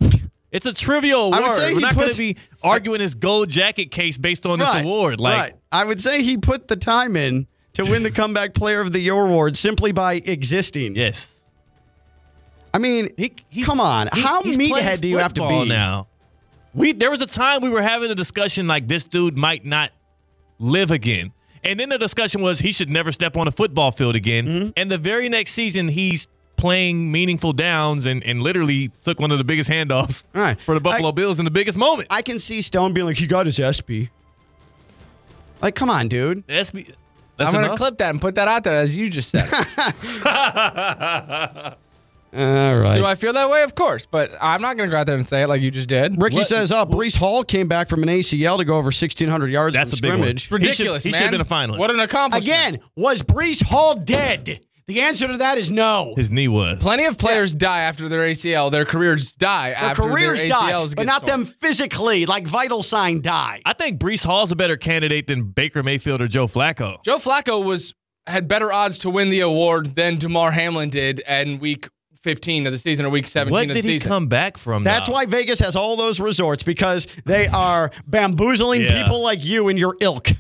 Speaker 4: It's a trivial
Speaker 3: I
Speaker 4: award.
Speaker 3: would say
Speaker 4: We're
Speaker 3: he
Speaker 4: not going
Speaker 3: puts-
Speaker 4: to be arguing his gold jacket case based on this award. Like
Speaker 3: right. I would say he put the time in to
Speaker 4: [LAUGHS]
Speaker 3: win the comeback player of the year award simply by existing.
Speaker 4: yes.
Speaker 3: I mean,
Speaker 4: He, he-
Speaker 3: come on.
Speaker 4: he-
Speaker 3: how
Speaker 4: he's playing
Speaker 3: meathead do you have to
Speaker 4: football
Speaker 3: be?
Speaker 4: now? We there was a time we were having a discussion like this dude might not live again,
Speaker 3: Mm-hmm.
Speaker 4: and then the discussion was he should never step on a football field again. And the very next season, he's playing meaningful downs and, and literally took one of the biggest handoffs
Speaker 3: All right.
Speaker 4: for the Buffalo
Speaker 3: I-
Speaker 4: Bills in the biggest moment.
Speaker 3: I can see Stone being like, he got his SP. Like, come on, dude.
Speaker 4: That's be- that's
Speaker 5: I'm gonna
Speaker 4: enough?
Speaker 5: clip that and put that out there as you just
Speaker 3: [LAUGHS]
Speaker 5: said.
Speaker 3: All right.
Speaker 5: Do I feel that way? Of course, but I'm not gonna go out there and say it like you just did.
Speaker 3: Ricky says, "Oh, Brees Hall came back from an ACL to go over 1,600 yards
Speaker 4: That's
Speaker 3: from
Speaker 4: a big one.
Speaker 3: scrimmage."
Speaker 4: He should-
Speaker 5: ridiculous.
Speaker 4: he should
Speaker 5: man.
Speaker 4: have been a finalist.
Speaker 5: What an accomplishment!
Speaker 3: Again, was Brees Hall dead? The answer to that is no.
Speaker 4: His knee was.
Speaker 5: plenty of players die after their ACL. Their careers die
Speaker 3: Their
Speaker 5: after
Speaker 3: careers
Speaker 5: their
Speaker 3: die,
Speaker 5: ACLs
Speaker 3: but
Speaker 5: get
Speaker 3: not
Speaker 5: torn.
Speaker 3: them physically, like vital sign die.
Speaker 4: I think Brees Hall's a better candidate than Baker Mayfield or Joe Flacco.
Speaker 5: Joe Flacco was had better odds to win the award than Damar Hamlin did in week 15 of the season or week 17
Speaker 4: What
Speaker 5: of the
Speaker 4: did he
Speaker 5: season.
Speaker 4: come back from?
Speaker 3: That's
Speaker 4: now?
Speaker 3: why Vegas has all those resorts because they are bamboozling
Speaker 4: Yeah.
Speaker 3: people like you and your ilk.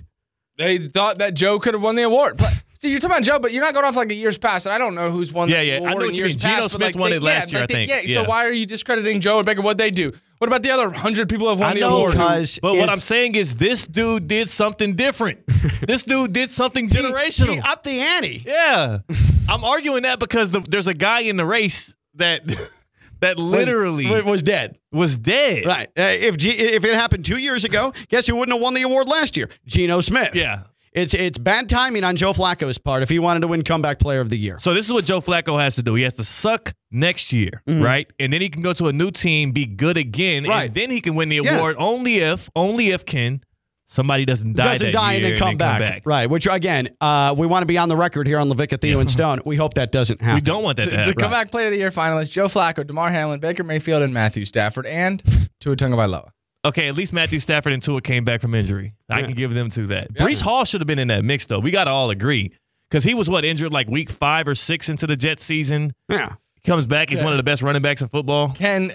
Speaker 5: they thought that Joe could have won the award. But, see, you're talking about Joe, but you're not going off like a year's past, and I don't know who's won.
Speaker 4: Yeah,
Speaker 5: the
Speaker 4: yeah, I
Speaker 5: award
Speaker 4: know
Speaker 5: in
Speaker 4: what you
Speaker 5: years
Speaker 4: mean. Geno
Speaker 5: past, but,
Speaker 4: Smith
Speaker 5: like,
Speaker 4: won
Speaker 5: they-
Speaker 4: it last
Speaker 5: yeah,
Speaker 4: year, I
Speaker 5: like, they-
Speaker 4: think.
Speaker 5: Yeah, so
Speaker 4: Yeah.
Speaker 5: why are you discrediting Joe or Baker? What they do? What about the other hundred people who have won
Speaker 4: I
Speaker 5: the
Speaker 4: know,
Speaker 5: award?
Speaker 3: because
Speaker 4: but what
Speaker 3: it's-
Speaker 4: I'm saying is this dude did something [LAUGHS] different. this dude did something generational.
Speaker 3: He upped the ante.
Speaker 4: yeah, [LAUGHS] I'm arguing that because the, there's a guy in the race that [LAUGHS] that literally
Speaker 3: was,
Speaker 4: was,
Speaker 3: was dead.
Speaker 4: dead.
Speaker 3: Right. Uh, if G- if it happened two years ago, guess who wouldn't have won the award last year? Geno Smith.
Speaker 4: Yeah.
Speaker 3: It's it's bad timing on Joe Flacco's part if he wanted to win comeback player of the year.
Speaker 4: So this is what Joe Flacco has to do. He has to suck next year, right? And then he can go to a new team, be good again,
Speaker 3: Mm-hmm. Right.
Speaker 4: and then he can win the
Speaker 3: Yeah.
Speaker 4: award. Only if, only if Ken, somebody doesn't die.
Speaker 3: doesn't
Speaker 4: that
Speaker 3: die and
Speaker 4: year
Speaker 3: then come back. Right. Which again, uh, we want to be on the record here on Levica Theo and Stone. We hope that doesn't happen.
Speaker 4: We don't want that to
Speaker 5: The
Speaker 4: happen.
Speaker 5: comeback player of the year finalists: Joe Flacco, Damar Hamlin, Baker Mayfield, and Matthew Stafford, and Tua Tagovailoa.
Speaker 4: Okay, at least Matthew Stafford and Tua came back from injury. I can give them to that. Brees Hall should have been in that mix, though. We got to all agree. Because he was, what, injured like week five or six into the Jets season?
Speaker 3: Yeah.
Speaker 4: He comes back. He's one of the best running backs in football.
Speaker 5: Ken,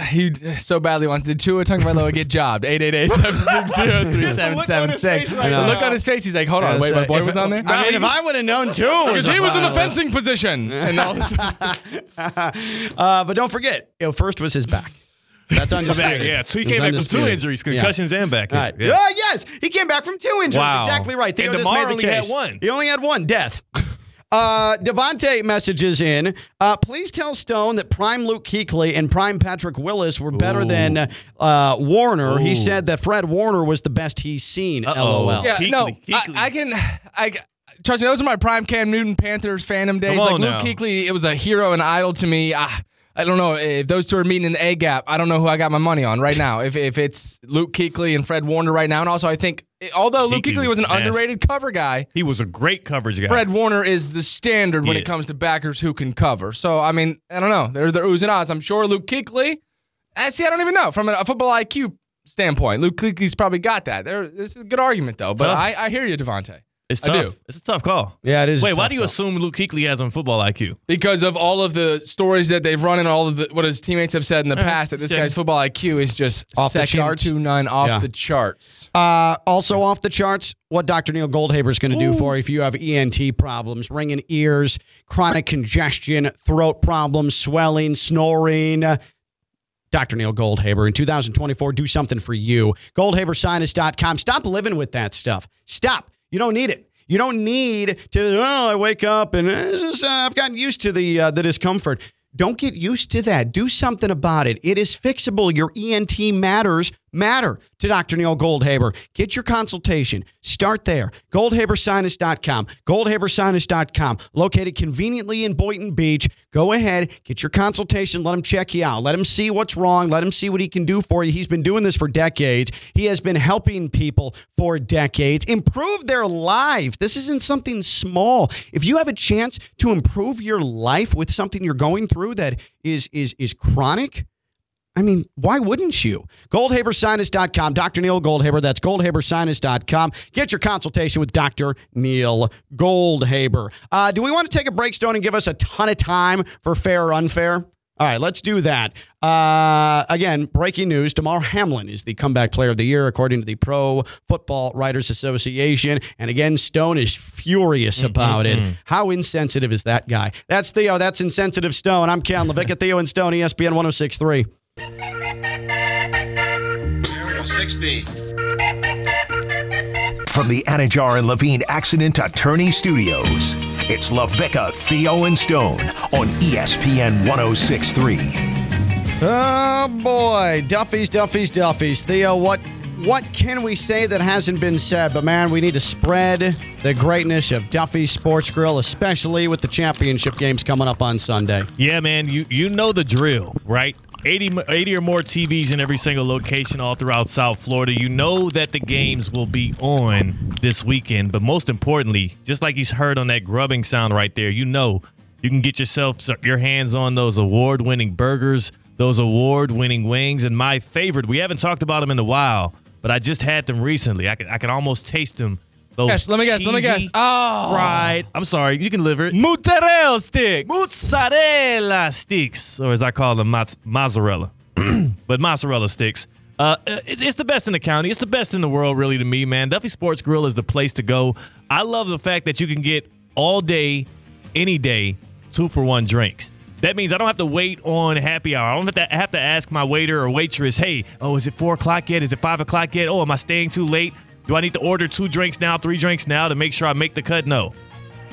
Speaker 5: uh, he so badly wants the Tua Tagovailoa get jobbed. 888-760-3776.
Speaker 3: right
Speaker 5: The look
Speaker 3: now.
Speaker 5: on his face, he's like, hold on,
Speaker 3: Yeah,
Speaker 5: Uh, wait,
Speaker 3: so
Speaker 5: my boy
Speaker 3: if-
Speaker 5: was on there?
Speaker 3: I mean, if I would have known too, uh, it
Speaker 5: Because
Speaker 3: a
Speaker 5: he was in the
Speaker 3: violation.
Speaker 5: fencing position. And all this,
Speaker 3: uh, but don't forget, you know, first was his back.
Speaker 4: [LAUGHS]
Speaker 3: That's undisputed.
Speaker 4: Back, yeah, so he
Speaker 3: It's
Speaker 4: came back from two
Speaker 3: undisputed.
Speaker 4: injuries,
Speaker 3: Yeah.
Speaker 4: concussions and back
Speaker 3: All
Speaker 4: injury.
Speaker 3: right.
Speaker 4: Yeah.
Speaker 3: Ah, yes, he came back from two injuries.
Speaker 4: Wow.
Speaker 3: Exactly right. Theo
Speaker 4: And
Speaker 3: just made
Speaker 4: DeMar
Speaker 3: the
Speaker 4: only had
Speaker 3: case.
Speaker 4: one.
Speaker 3: He only had one death. [LAUGHS] Uh, Devontae messages in. Uh, please tell Stone that Prime Luke Keekley and Prime Patrick Willis were better than uh, Warner. He said that Fred Warner was the best he's seen.
Speaker 4: Uh-oh.
Speaker 3: LOL.
Speaker 5: yeah,
Speaker 4: Keekly,
Speaker 5: no,
Speaker 4: Keekly.
Speaker 5: I, I can, I, trust me, those are my prime Cam Newton Panthers fandom days.
Speaker 4: Come
Speaker 5: like
Speaker 4: on
Speaker 5: Luke
Speaker 4: now.
Speaker 5: Kuechly, it was a hero and idol to me. I, I don't know if those two are meeting in the A gap. I don't know who I got my money on right now. If, if it's Luke Kuechly and Fred Warner right now, and also I think, although Luke
Speaker 4: Kuechly
Speaker 5: Kuechly was an
Speaker 4: was nasty.
Speaker 5: underrated cover guy,
Speaker 4: He was a great coverage guy.
Speaker 5: Fred Warner is the standard when
Speaker 4: He
Speaker 5: it
Speaker 4: is.
Speaker 5: comes to backers who can cover. So I mean, I don't know. They're they're oohs and ahs. I'm sure Luke Kuechly. I see. I don't even know from a football IQ standpoint. Luke Kuechly's probably got that. There, this is a good argument though. But
Speaker 4: tough.
Speaker 5: I, I hear you, Devontae,
Speaker 4: it's
Speaker 5: I
Speaker 4: tough.
Speaker 5: do.
Speaker 4: It's a tough call.
Speaker 3: Yeah, it is a
Speaker 4: Wait, why
Speaker 3: tough
Speaker 4: do you
Speaker 3: call.
Speaker 4: assume Luke Kuechly has on football IQ?
Speaker 5: because of all of the stories that they've run and all of the, what his teammates have said in the past that this
Speaker 4: sure.
Speaker 5: guy's football IQ is just
Speaker 3: Off the
Speaker 5: second
Speaker 3: charts.
Speaker 5: to none, off
Speaker 3: Yeah.
Speaker 5: the charts.
Speaker 3: Uh, also off the charts, what Dr. Neil Goldhaber's going to do for you if you have ENT problems, ringing ears, chronic congestion, throat problems, swelling, snoring. Dr. Neil Goldhaber in 2024, do something for you. GoldhaberSinus.com. Stop living with that stuff. Stop. You don't need it. You don't need to, oh, I wake up and eh, just, uh, I've gotten used to the, uh, the discomfort. Don't get used to that. Do something about it. It is fixable. Your ENT matters matter to Dr. Neil Goldhaber. Get your consultation. Start there. GoldhaberSinus.com. GoldhaberSinus.com. Located conveniently in Boynton Beach. Go ahead, get your consultation. Let him check you out. Let him see what's wrong. Let him see what he can do for you. He's been doing this for decades. He has been helping people for decades improve their lives. This isn't something small. If you have a chance to improve your life with something you're going through that is is is chronic, I mean, why wouldn't you? GoldhaberSinus.com. Dr. Neil Goldhaber. That's GoldhaberSinus.com. Get your consultation with Dr. Neil Goldhaber. Uh, do we want to take a break, Stone, and give us a ton of time for fair or unfair? All right, let's do that. Uh, again, breaking news Damar Hamlin is the comeback player of the year, according to the Pro Football Writers Association. And again, Stone is furious about it. How insensitive is that guy? That's Theo. That's insensitive Stone. I'm Ken Levicka, Theo and Stone, E ESPN 1063.
Speaker 2: From the Anajar and Levine Accident Attorney Studios, It's LaVica, Theo, and Stone on E ESPN 1063.
Speaker 3: Oh boy, Duffy's, Duffy's, Duffy's. Theo, what what can we say that hasn't been said? But man, we need to spread the greatness of Duffy's Sports Grill, especially with the championship games coming up on Sunday.
Speaker 4: Yeah, man, you you know the drill, right? 80, m- 80 or more TVs in every single location all throughout South Florida. You know that the games will be on this weekend, but most importantly, just like you heard on that grubbing sound right there, you know you can get yourself so- your hands on those award-winning burgers, those award-winning wings, and my favorite. We haven't talked about them in a while, but I just had them recently. I can I can almost taste them. Those
Speaker 5: Yes, let me guess, let me guess.
Speaker 4: cheesy
Speaker 5: Oh.
Speaker 4: fried. I'm sorry, you can liver it.
Speaker 5: Mozzarella sticks.
Speaker 4: Mozzarella sticks, or as I call them, mozz- mozzarella. [CLEARS THROAT] but mozzarella sticks. Uh, it's, it's the best in the county. It's the best in the world, really, to me, man. Duffy Sports Grill is the place to go. I love the fact that you can get all day, any day, two for one drinks. That means I don't have to wait on happy hour. I don't have to, have to ask my waiter or waitress, hey, oh, is it four o'clock yet? Is it five o'clock yet? Oh, am I staying too late? Do I need to order two drinks now, three drinks now to make sure I make the cut? No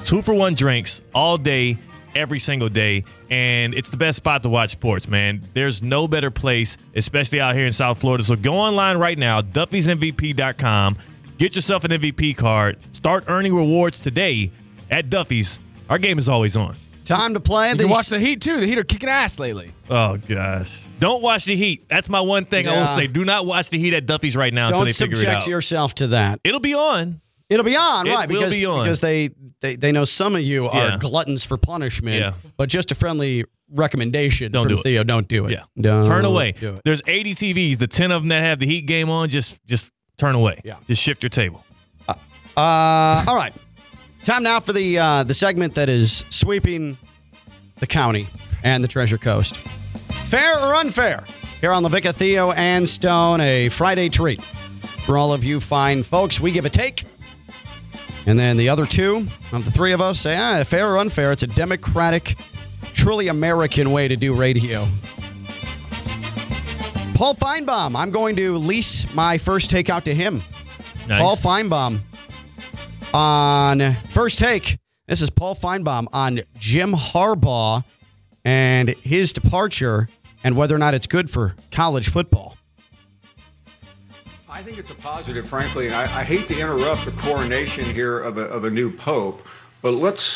Speaker 4: two for one drinks all day, every single day, and it's the best spot to watch sports, man. There's no better place, especially out here in South Florida. So go online right now, Duffy'sMVP.com. Get yourself an MVP card. Start earning rewards today at Duffy's. Our game is always on.
Speaker 3: Time to play
Speaker 5: You
Speaker 3: the
Speaker 5: can watch the Heat too. The Heat are kicking ass lately.
Speaker 4: Oh gosh! Don't watch the Heat. That's my one thing I
Speaker 3: Yeah.
Speaker 4: will say. Do not watch the Heat at Duffy's right now until
Speaker 3: Don't
Speaker 4: they figure it out.
Speaker 3: subject yourself to that.
Speaker 4: It'll be on.
Speaker 3: It'll be on,
Speaker 4: It
Speaker 3: right?
Speaker 4: will
Speaker 3: because,
Speaker 4: be on.
Speaker 3: because they, they they know some of you are
Speaker 4: Yeah.
Speaker 3: gluttons for punishment.
Speaker 4: Yeah.
Speaker 3: But just a friendly recommendation
Speaker 4: Don't
Speaker 3: from
Speaker 4: do it.
Speaker 3: Theo. Don't do it.
Speaker 4: Yeah.
Speaker 3: Don't
Speaker 4: turn away.
Speaker 3: do it.
Speaker 4: There's 80 TVs. The 10 of them that have the Heat game on, just just turn away.
Speaker 3: Yeah.
Speaker 4: Just shift your table.
Speaker 3: Uh, all right. Time now for the uh, the segment that is sweeping the county and the Treasure Coast. Fair or unfair? Here on Levica, Theo, and Stone, a Friday treat for all of you fine folks. We give a take, and then the other two of the three of us say, ah, fair or unfair? It's a democratic, truly American way to do radio. Paul Feinbaum, I'm going to lease my first take out to him.
Speaker 4: Nice.
Speaker 3: Paul Feinbaum on first take. This is Paul Feinbaum on Jim Harbaugh and his departure and whether or not it's good for college football.
Speaker 10: I think it's a positive, frankly, and I, I hate to interrupt the coronation here of a, of a new pope, but let's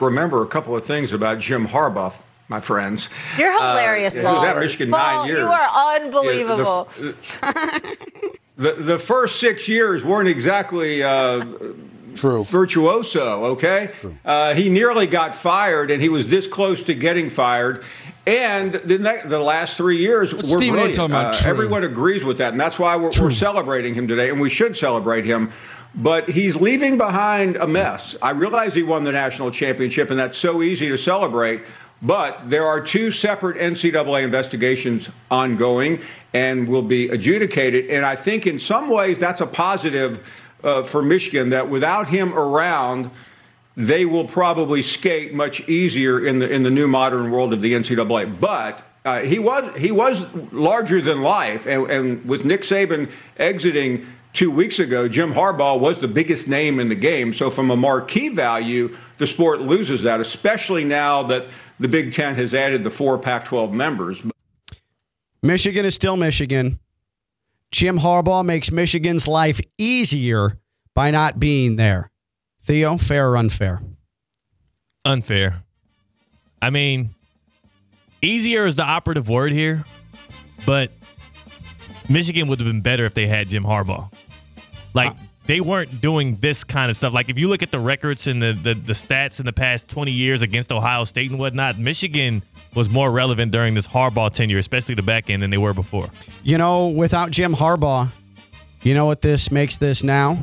Speaker 10: remember a couple of things about Jim Harbaugh, my friends.
Speaker 11: You're
Speaker 10: Uh,
Speaker 11: hilarious,
Speaker 10: he
Speaker 11: Paul.
Speaker 10: was at Michigan
Speaker 11: Paul,
Speaker 10: nine years.
Speaker 11: You are
Speaker 10: Yeah, the-
Speaker 11: unbelievable.
Speaker 10: The, the first six years weren't exactly uh,
Speaker 8: True.
Speaker 10: virtuoso, okay? Uh, he nearly got fired, and he was this close to getting fired. And the, ne- the last three years were
Speaker 5: Stephen ain't
Speaker 10: brilliant.
Speaker 5: talking about
Speaker 10: Uh,
Speaker 5: true.
Speaker 10: everyone agrees with that, and that's why we're, we're celebrating him today, and we should celebrate him. But he's leaving behind a mess. I realize he won the national championship, and that's so easy to celebrate. But there are two separate NCAA investigations ongoing and will be adjudicated. And I think in some ways that's a positive uh, for Michigan that without him around, they will probably skate much easier in the in the new modern world of the NCAA. But uh, he was he was larger than life, and, and with Nick Saban exiting two weeks ago, Jim Harbaugh was the biggest name in the game. So from a marquee value, the sport loses that, especially now that the Big Ten has added the four Pac-12 members.
Speaker 3: Michigan is still Michigan. Jim Harbaugh makes Michigan's life easier by not being there. Theo, fair or unfair?
Speaker 4: Unfair. I mean, easier is the operative word here, but Michigan would have been better if they had Jim Harbaugh. Like they weren't doing this kind of stuff. Like if you look at the records and the, the the stats in the past 20 years against Ohio State and whatnot, Michigan was more relevant during this Harbaugh tenure, especially the back end, than they were before.
Speaker 3: You know, without Jim Harbaugh, you know what this makes this now?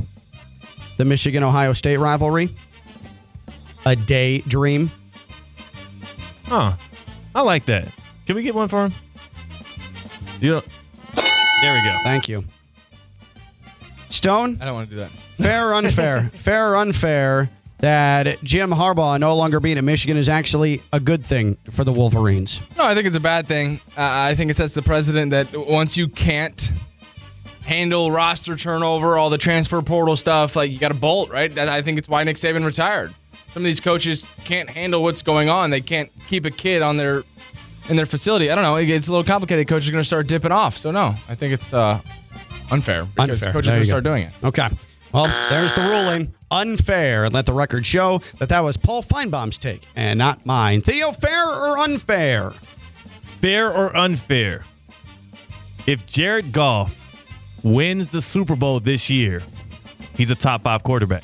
Speaker 3: The Michigan Ohio State rivalry? A daydream.
Speaker 4: Huh. I like that. Can we get one for him? You know, there we go.
Speaker 3: Thank you. Stone,
Speaker 5: I don't want to do that.
Speaker 3: fair or unfair? fair or unfair that Jim Harbaugh no longer being at Michigan is actually a good thing for the Wolverines?
Speaker 5: No, I think it's a bad thing. Uh, I think it sets the president that once you can't handle roster turnover, all the transfer portal stuff, like you got to bolt, right? That, I think it's why Nick Saban retired. some of these coaches can't handle what's going on. They can't keep a kid on their in their facility. I don't know. It gets a little complicated. Coaches are going to start dipping off. So no, I think it's uh, unfair. because Coaches
Speaker 3: Unfair. There
Speaker 5: are going
Speaker 3: you
Speaker 5: to start
Speaker 3: go.
Speaker 5: doing it.
Speaker 3: Okay. Well, there's the ruling. Unfair. And let the record show that that was Paul Feinbaum's take and not mine. Theo, fair or unfair?
Speaker 4: Fair or unfair? If Jared Goff wins the Super Bowl this year, he's a top five quarterback.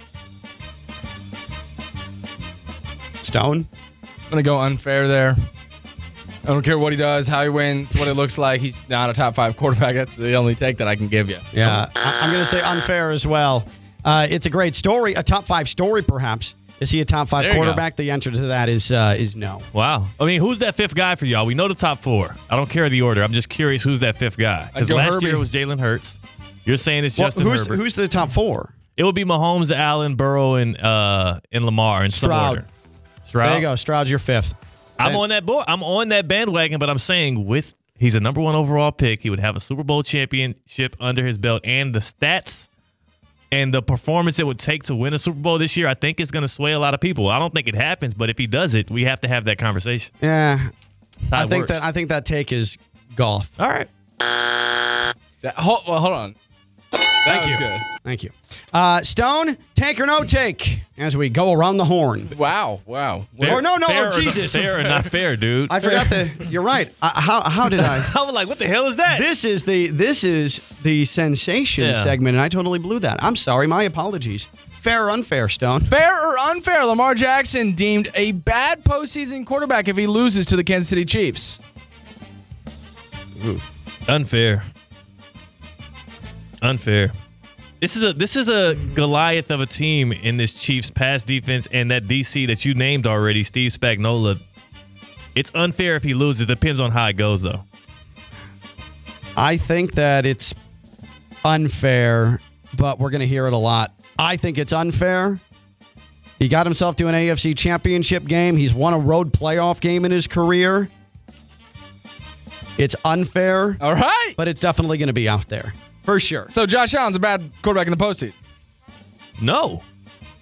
Speaker 3: Stone?
Speaker 5: I'm going to go unfair there. I don't care what he does, how he wins, what it looks like. He's not a top five quarterback. That's the only take that I can give you.
Speaker 3: Yeah, I- I'm going to say unfair as well. Uh, it's a great story, a top five story, perhaps. Is he a top five
Speaker 4: There you go.
Speaker 3: quarterback? The answer to that is uh, is no.
Speaker 4: Wow. I mean, who's that fifth guy for y'all? We know the top four. I don't care the order. I'm just curious who's that fifth guy. Because
Speaker 5: go
Speaker 4: last
Speaker 5: Herbie.
Speaker 4: year it was Jalen Hurts. You're saying it's
Speaker 3: Uh, Well,
Speaker 4: Justin
Speaker 3: who's,
Speaker 4: Herbert.
Speaker 3: who's the top four?
Speaker 4: it would be Mahomes, Allen, Burrow, and uh, and Lamar in some
Speaker 3: Stroud.
Speaker 4: order. Stroud.
Speaker 3: There you go. Stroud's your fifth.
Speaker 4: I'm on that board. I'm on that bandwagon, but I'm saying with he's a number one overall pick, he would have a Super Bowl championship under his belt, and the stats and the performance it would take to win a Super Bowl this year, I think it's going to sway a lot of people. I don't think it happens, but if he does it, we have to have that conversation.
Speaker 3: Yeah,
Speaker 4: That's how
Speaker 3: I
Speaker 4: it
Speaker 3: think
Speaker 4: works.
Speaker 3: that I think that take is golf.
Speaker 4: All right.
Speaker 5: That, hold, well, hold on. That was good.
Speaker 3: Thank you. Uh, Stone, take or no take as we go around the horn.
Speaker 5: Wow. Wow.
Speaker 4: Fair-
Speaker 3: Or no, no,
Speaker 4: fair
Speaker 3: oh,
Speaker 4: or
Speaker 3: Jesus.
Speaker 4: Not, fair or not fair, dude.
Speaker 3: I forgot the. You're right. I, how how did I?
Speaker 4: [LAUGHS] I was like, what the hell is that?
Speaker 3: This is the this is the sensation
Speaker 4: Yeah.
Speaker 3: segment, and I totally blew that. I'm sorry. My apologies. Fair or unfair, Stone?
Speaker 5: Fair or unfair, Lamar Jackson deemed a bad postseason quarterback if he loses to the Kansas City Chiefs.
Speaker 4: Unfair. Unfair. This is a this is a Goliath of a team in this Chiefs pass defense and that DC that you named already, Steve Spagnola. It's unfair if he loses. It depends on how it goes though.
Speaker 3: I think that it's unfair, but we're going to hear it a lot. I think it's unfair. He got himself to an AFC championship game. He's won a road playoff game in his career. It's unfair,
Speaker 5: All right.
Speaker 3: but it's definitely going to be out there for sure.
Speaker 5: So Josh Allen's a bad quarterback in the postseason.
Speaker 4: No.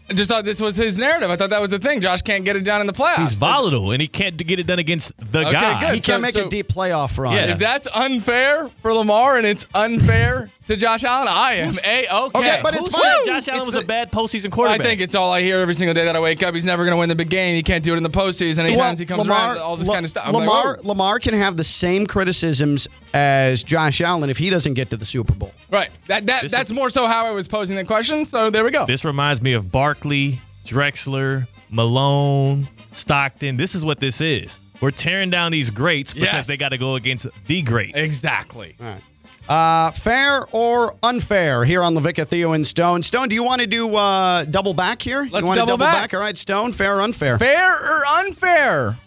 Speaker 5: I just thought this was his narrative. I thought that was the thing. Josh can't get it down in the playoffs.
Speaker 4: He's volatile and he can't get it done against the
Speaker 5: Ah, Okay,
Speaker 4: guy.
Speaker 5: good.
Speaker 3: He can't
Speaker 5: So-
Speaker 3: make
Speaker 5: so-
Speaker 3: a deep playoff run.
Speaker 4: Yeah.
Speaker 5: if that's unfair for Lamar and it's unfair [LAUGHS] to Josh Allen, I am a okay.
Speaker 3: Okay, but
Speaker 4: Who
Speaker 3: it's
Speaker 4: said
Speaker 3: fine.
Speaker 4: Josh Allen
Speaker 5: It's
Speaker 4: was
Speaker 5: the-
Speaker 4: a bad postseason
Speaker 5: I
Speaker 4: quarterback.
Speaker 5: think it's all I hear every single day that I wake up. He's never going to win the big game. He can't do it in the postseason. Anytime
Speaker 3: Well,
Speaker 5: he comes around, all this
Speaker 3: La-
Speaker 5: kind of stuff. I'm like,
Speaker 3: Lamar,
Speaker 5: oh.
Speaker 3: Lamar can have the same criticisms as Josh Allen if he doesn't get to the Super Bowl.
Speaker 5: right? That, that
Speaker 4: This
Speaker 5: that's
Speaker 4: is-
Speaker 5: more so how I was posing the question. So there we go.
Speaker 4: This reminds me of Barkley, Drexler, Malone, Stockton. This is what this is. We're tearing down these greats because
Speaker 5: Yes.
Speaker 4: they got to go against the great.
Speaker 5: exactly.
Speaker 3: Uh, fair or unfair here on Lavica, Theo, and Stone. Stone, do you want to do uh, double back here?
Speaker 5: Let's
Speaker 3: you want to
Speaker 5: double
Speaker 3: double
Speaker 5: back.
Speaker 3: back? All right, Stone, fair or unfair?
Speaker 5: Fair or unfair?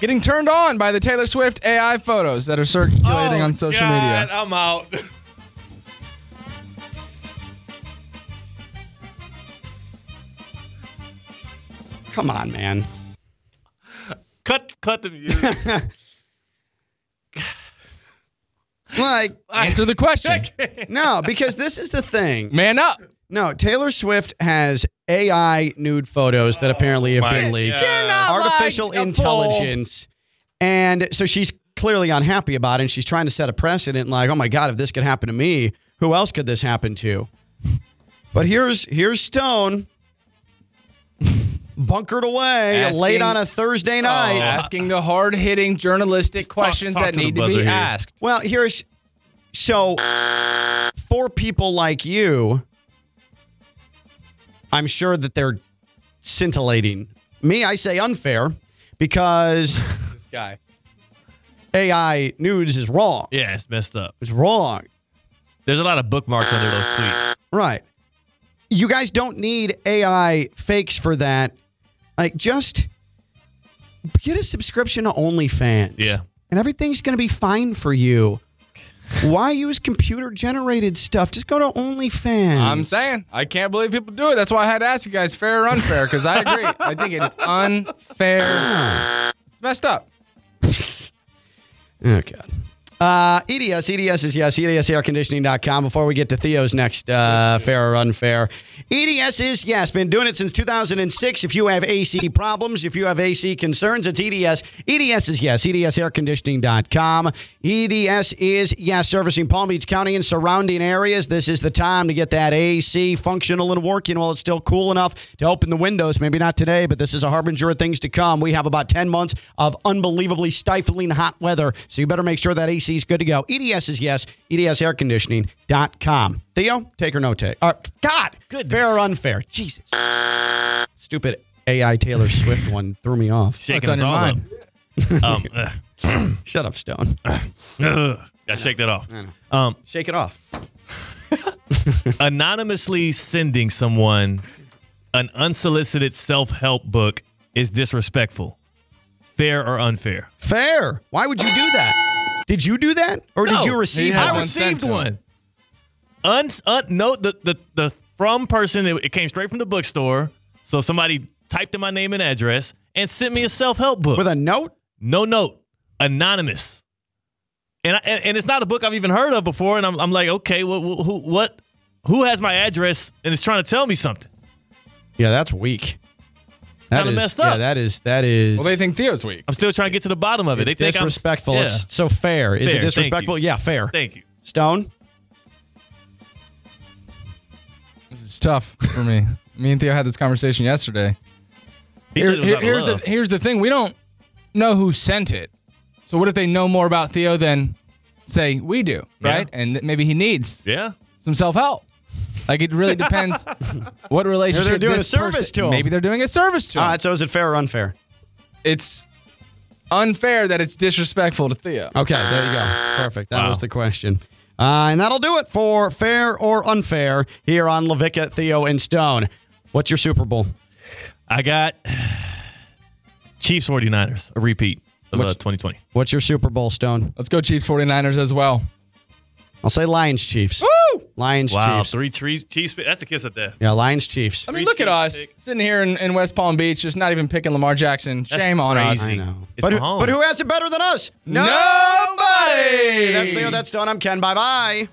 Speaker 5: Getting turned on by the Taylor Swift AI photos that are circulating
Speaker 4: Oh,
Speaker 5: on social media.
Speaker 4: I'm out.
Speaker 3: Come on, man.
Speaker 4: [LAUGHS] cut, cut the [LAUGHS] music.
Speaker 3: Like,
Speaker 5: [LAUGHS] Answer
Speaker 4: [LAUGHS]
Speaker 5: the question.
Speaker 3: no, because this is the thing.
Speaker 5: Man up.
Speaker 4: Oh.
Speaker 3: No, Taylor Swift has AI nude photos that apparently have been leaked. Artificial intelligence. And so she's clearly unhappy about it. And she's trying to set a precedent like, oh my God, if this could happen to me, who else could this happen to? But here's here's Stone bunkered away
Speaker 5: Asking- Oh,
Speaker 3: late on a Thursday night.
Speaker 5: Asking the hard hitting journalistic questions
Speaker 4: talk
Speaker 5: that
Speaker 4: to the
Speaker 5: need to be
Speaker 4: buzzer here.
Speaker 5: asked.
Speaker 3: Well, here's so for people like you, I'm sure that they're scintillating. Me, I say unfair because
Speaker 5: This guy.
Speaker 3: AI nudes is wrong.
Speaker 4: yeah, it's messed up.
Speaker 3: It's wrong.
Speaker 4: There's a lot of bookmarks under those tweets.
Speaker 3: Right. You guys don't need AI fakes for that. Like, just get a subscription to OnlyFans.
Speaker 4: Yeah.
Speaker 3: And everything's going to be fine for you. Why use computer generated stuff? Just go to OnlyFans.
Speaker 5: I'm saying I can't believe people do it. That's why I had to ask you guys fair or unfair because
Speaker 4: [LAUGHS]
Speaker 5: I agree. I think it is unfair. It's messed up.
Speaker 3: Oh, God. Uh, EDS, EDS is yes, E EDS airconditioning.com. Before we get to Theo's next uh, fair or unfair, EDS is yes, been doing it since 2006. If you have AC problems, if you have AC concerns, it's E EDS. EDS is yes, E EDS airconditioning.com. EDS E is yes, servicing Palm Beach County and surrounding areas. This is the time to get that AC functional and working while it's still cool enough to open the windows. Maybe not today, but this is a harbinger of things to come. We have about 10 months of unbelievably stifling hot weather, so you better make sure that AC is good to go. EDS is yes, E edsairconditioning.com. Theo, take or no take? Uh, God, good. fair or unfair? Jesus. Stupid AI Taylor Swift one threw me off.
Speaker 4: Shaking
Speaker 5: on
Speaker 4: us
Speaker 5: your
Speaker 4: all up.
Speaker 5: mind? [LAUGHS]
Speaker 4: Um, ugh,
Speaker 3: Shut up, Stone.
Speaker 4: ugh. I shake that off. Um,
Speaker 3: Shake it off.
Speaker 4: anonymously sending someone an unsolicited self-help book is disrespectful. Fair or unfair?
Speaker 3: Fair. Why would you do that? Did you do that? Or did you receive
Speaker 5: had
Speaker 4: I
Speaker 5: one
Speaker 3: one?
Speaker 5: sent
Speaker 4: received
Speaker 5: to him.
Speaker 4: one. Un, un, no, the, the, the from person, it, it came straight from the bookstore. So somebody typed in my name and address and sent me a self help book.
Speaker 3: With a note?
Speaker 4: no note, anonymous. And, I, and and it's not a book I've even heard of before. And I'm, I'm like, okay, what, who, what, who has my address and is trying to tell me something?
Speaker 3: Yeah, that's weak. That
Speaker 4: kinda
Speaker 3: is
Speaker 4: messed
Speaker 3: Yeah,
Speaker 4: up.
Speaker 3: that is that is.
Speaker 5: Well, they think Theo's weak.
Speaker 4: I'm still trying to get to the bottom of it.
Speaker 3: it's
Speaker 4: they think
Speaker 3: disrespectful.
Speaker 4: I'm, yeah.
Speaker 3: It's so fair. Is
Speaker 4: Fair,
Speaker 3: it
Speaker 4: thank
Speaker 3: disrespectful?
Speaker 4: you.
Speaker 3: Yeah, fair.
Speaker 4: Thank you.
Speaker 3: Stone.
Speaker 5: It's tough for me. me and Theo had this conversation yesterday.
Speaker 4: He
Speaker 5: Here-
Speaker 4: said it was
Speaker 5: here-
Speaker 4: out of
Speaker 5: here's
Speaker 4: love.
Speaker 5: the here's the thing. We don't know who sent it. So what if they know more about Theo than say we do, right? And th- maybe he needs
Speaker 4: yeah.
Speaker 5: some self help. Like it
Speaker 4: [LAUGHS]
Speaker 5: really depends what relationship
Speaker 3: Maybe they're doing
Speaker 5: this
Speaker 3: a service
Speaker 5: person-
Speaker 3: to 'em.
Speaker 5: Maybe they're doing a service to
Speaker 3: All
Speaker 5: him.
Speaker 3: right. Uh, So is it fair or unfair?
Speaker 5: it's unfair that it's disrespectful to Theo.
Speaker 3: Okay. There you go. Perfect. That
Speaker 4: Wow.
Speaker 3: was the question. Uh, and that'll do it for fair or unfair here on Lavica, Theo, and Stone. What's your Super Bowl?
Speaker 4: I got Chiefs 49ers, a repeat of uh,
Speaker 3: Which-
Speaker 4: 2020.
Speaker 3: What's your Super Bowl, Stone?
Speaker 5: Let's go Chiefs 49ers as well.
Speaker 3: I'll say Lions, Chiefs.
Speaker 5: Woo!
Speaker 3: Lions,
Speaker 4: Wow,
Speaker 3: Chiefs.
Speaker 4: three trees, Chiefs. That's the kiss of death.
Speaker 3: Yeah, Lions, Chiefs.
Speaker 5: I mean,
Speaker 4: Three
Speaker 5: look at
Speaker 4: Chiefs
Speaker 5: us
Speaker 4: pick.
Speaker 5: sitting here in, in West Palm Beach, just not even picking Lamar Jackson. Shame on us.
Speaker 4: crazy.
Speaker 3: I know.
Speaker 4: It's
Speaker 3: But who,
Speaker 4: Mahomes.
Speaker 3: but who has it better than us?
Speaker 5: Nobody!
Speaker 3: That's Theo. That's Stone. I'm Ken. Bye bye.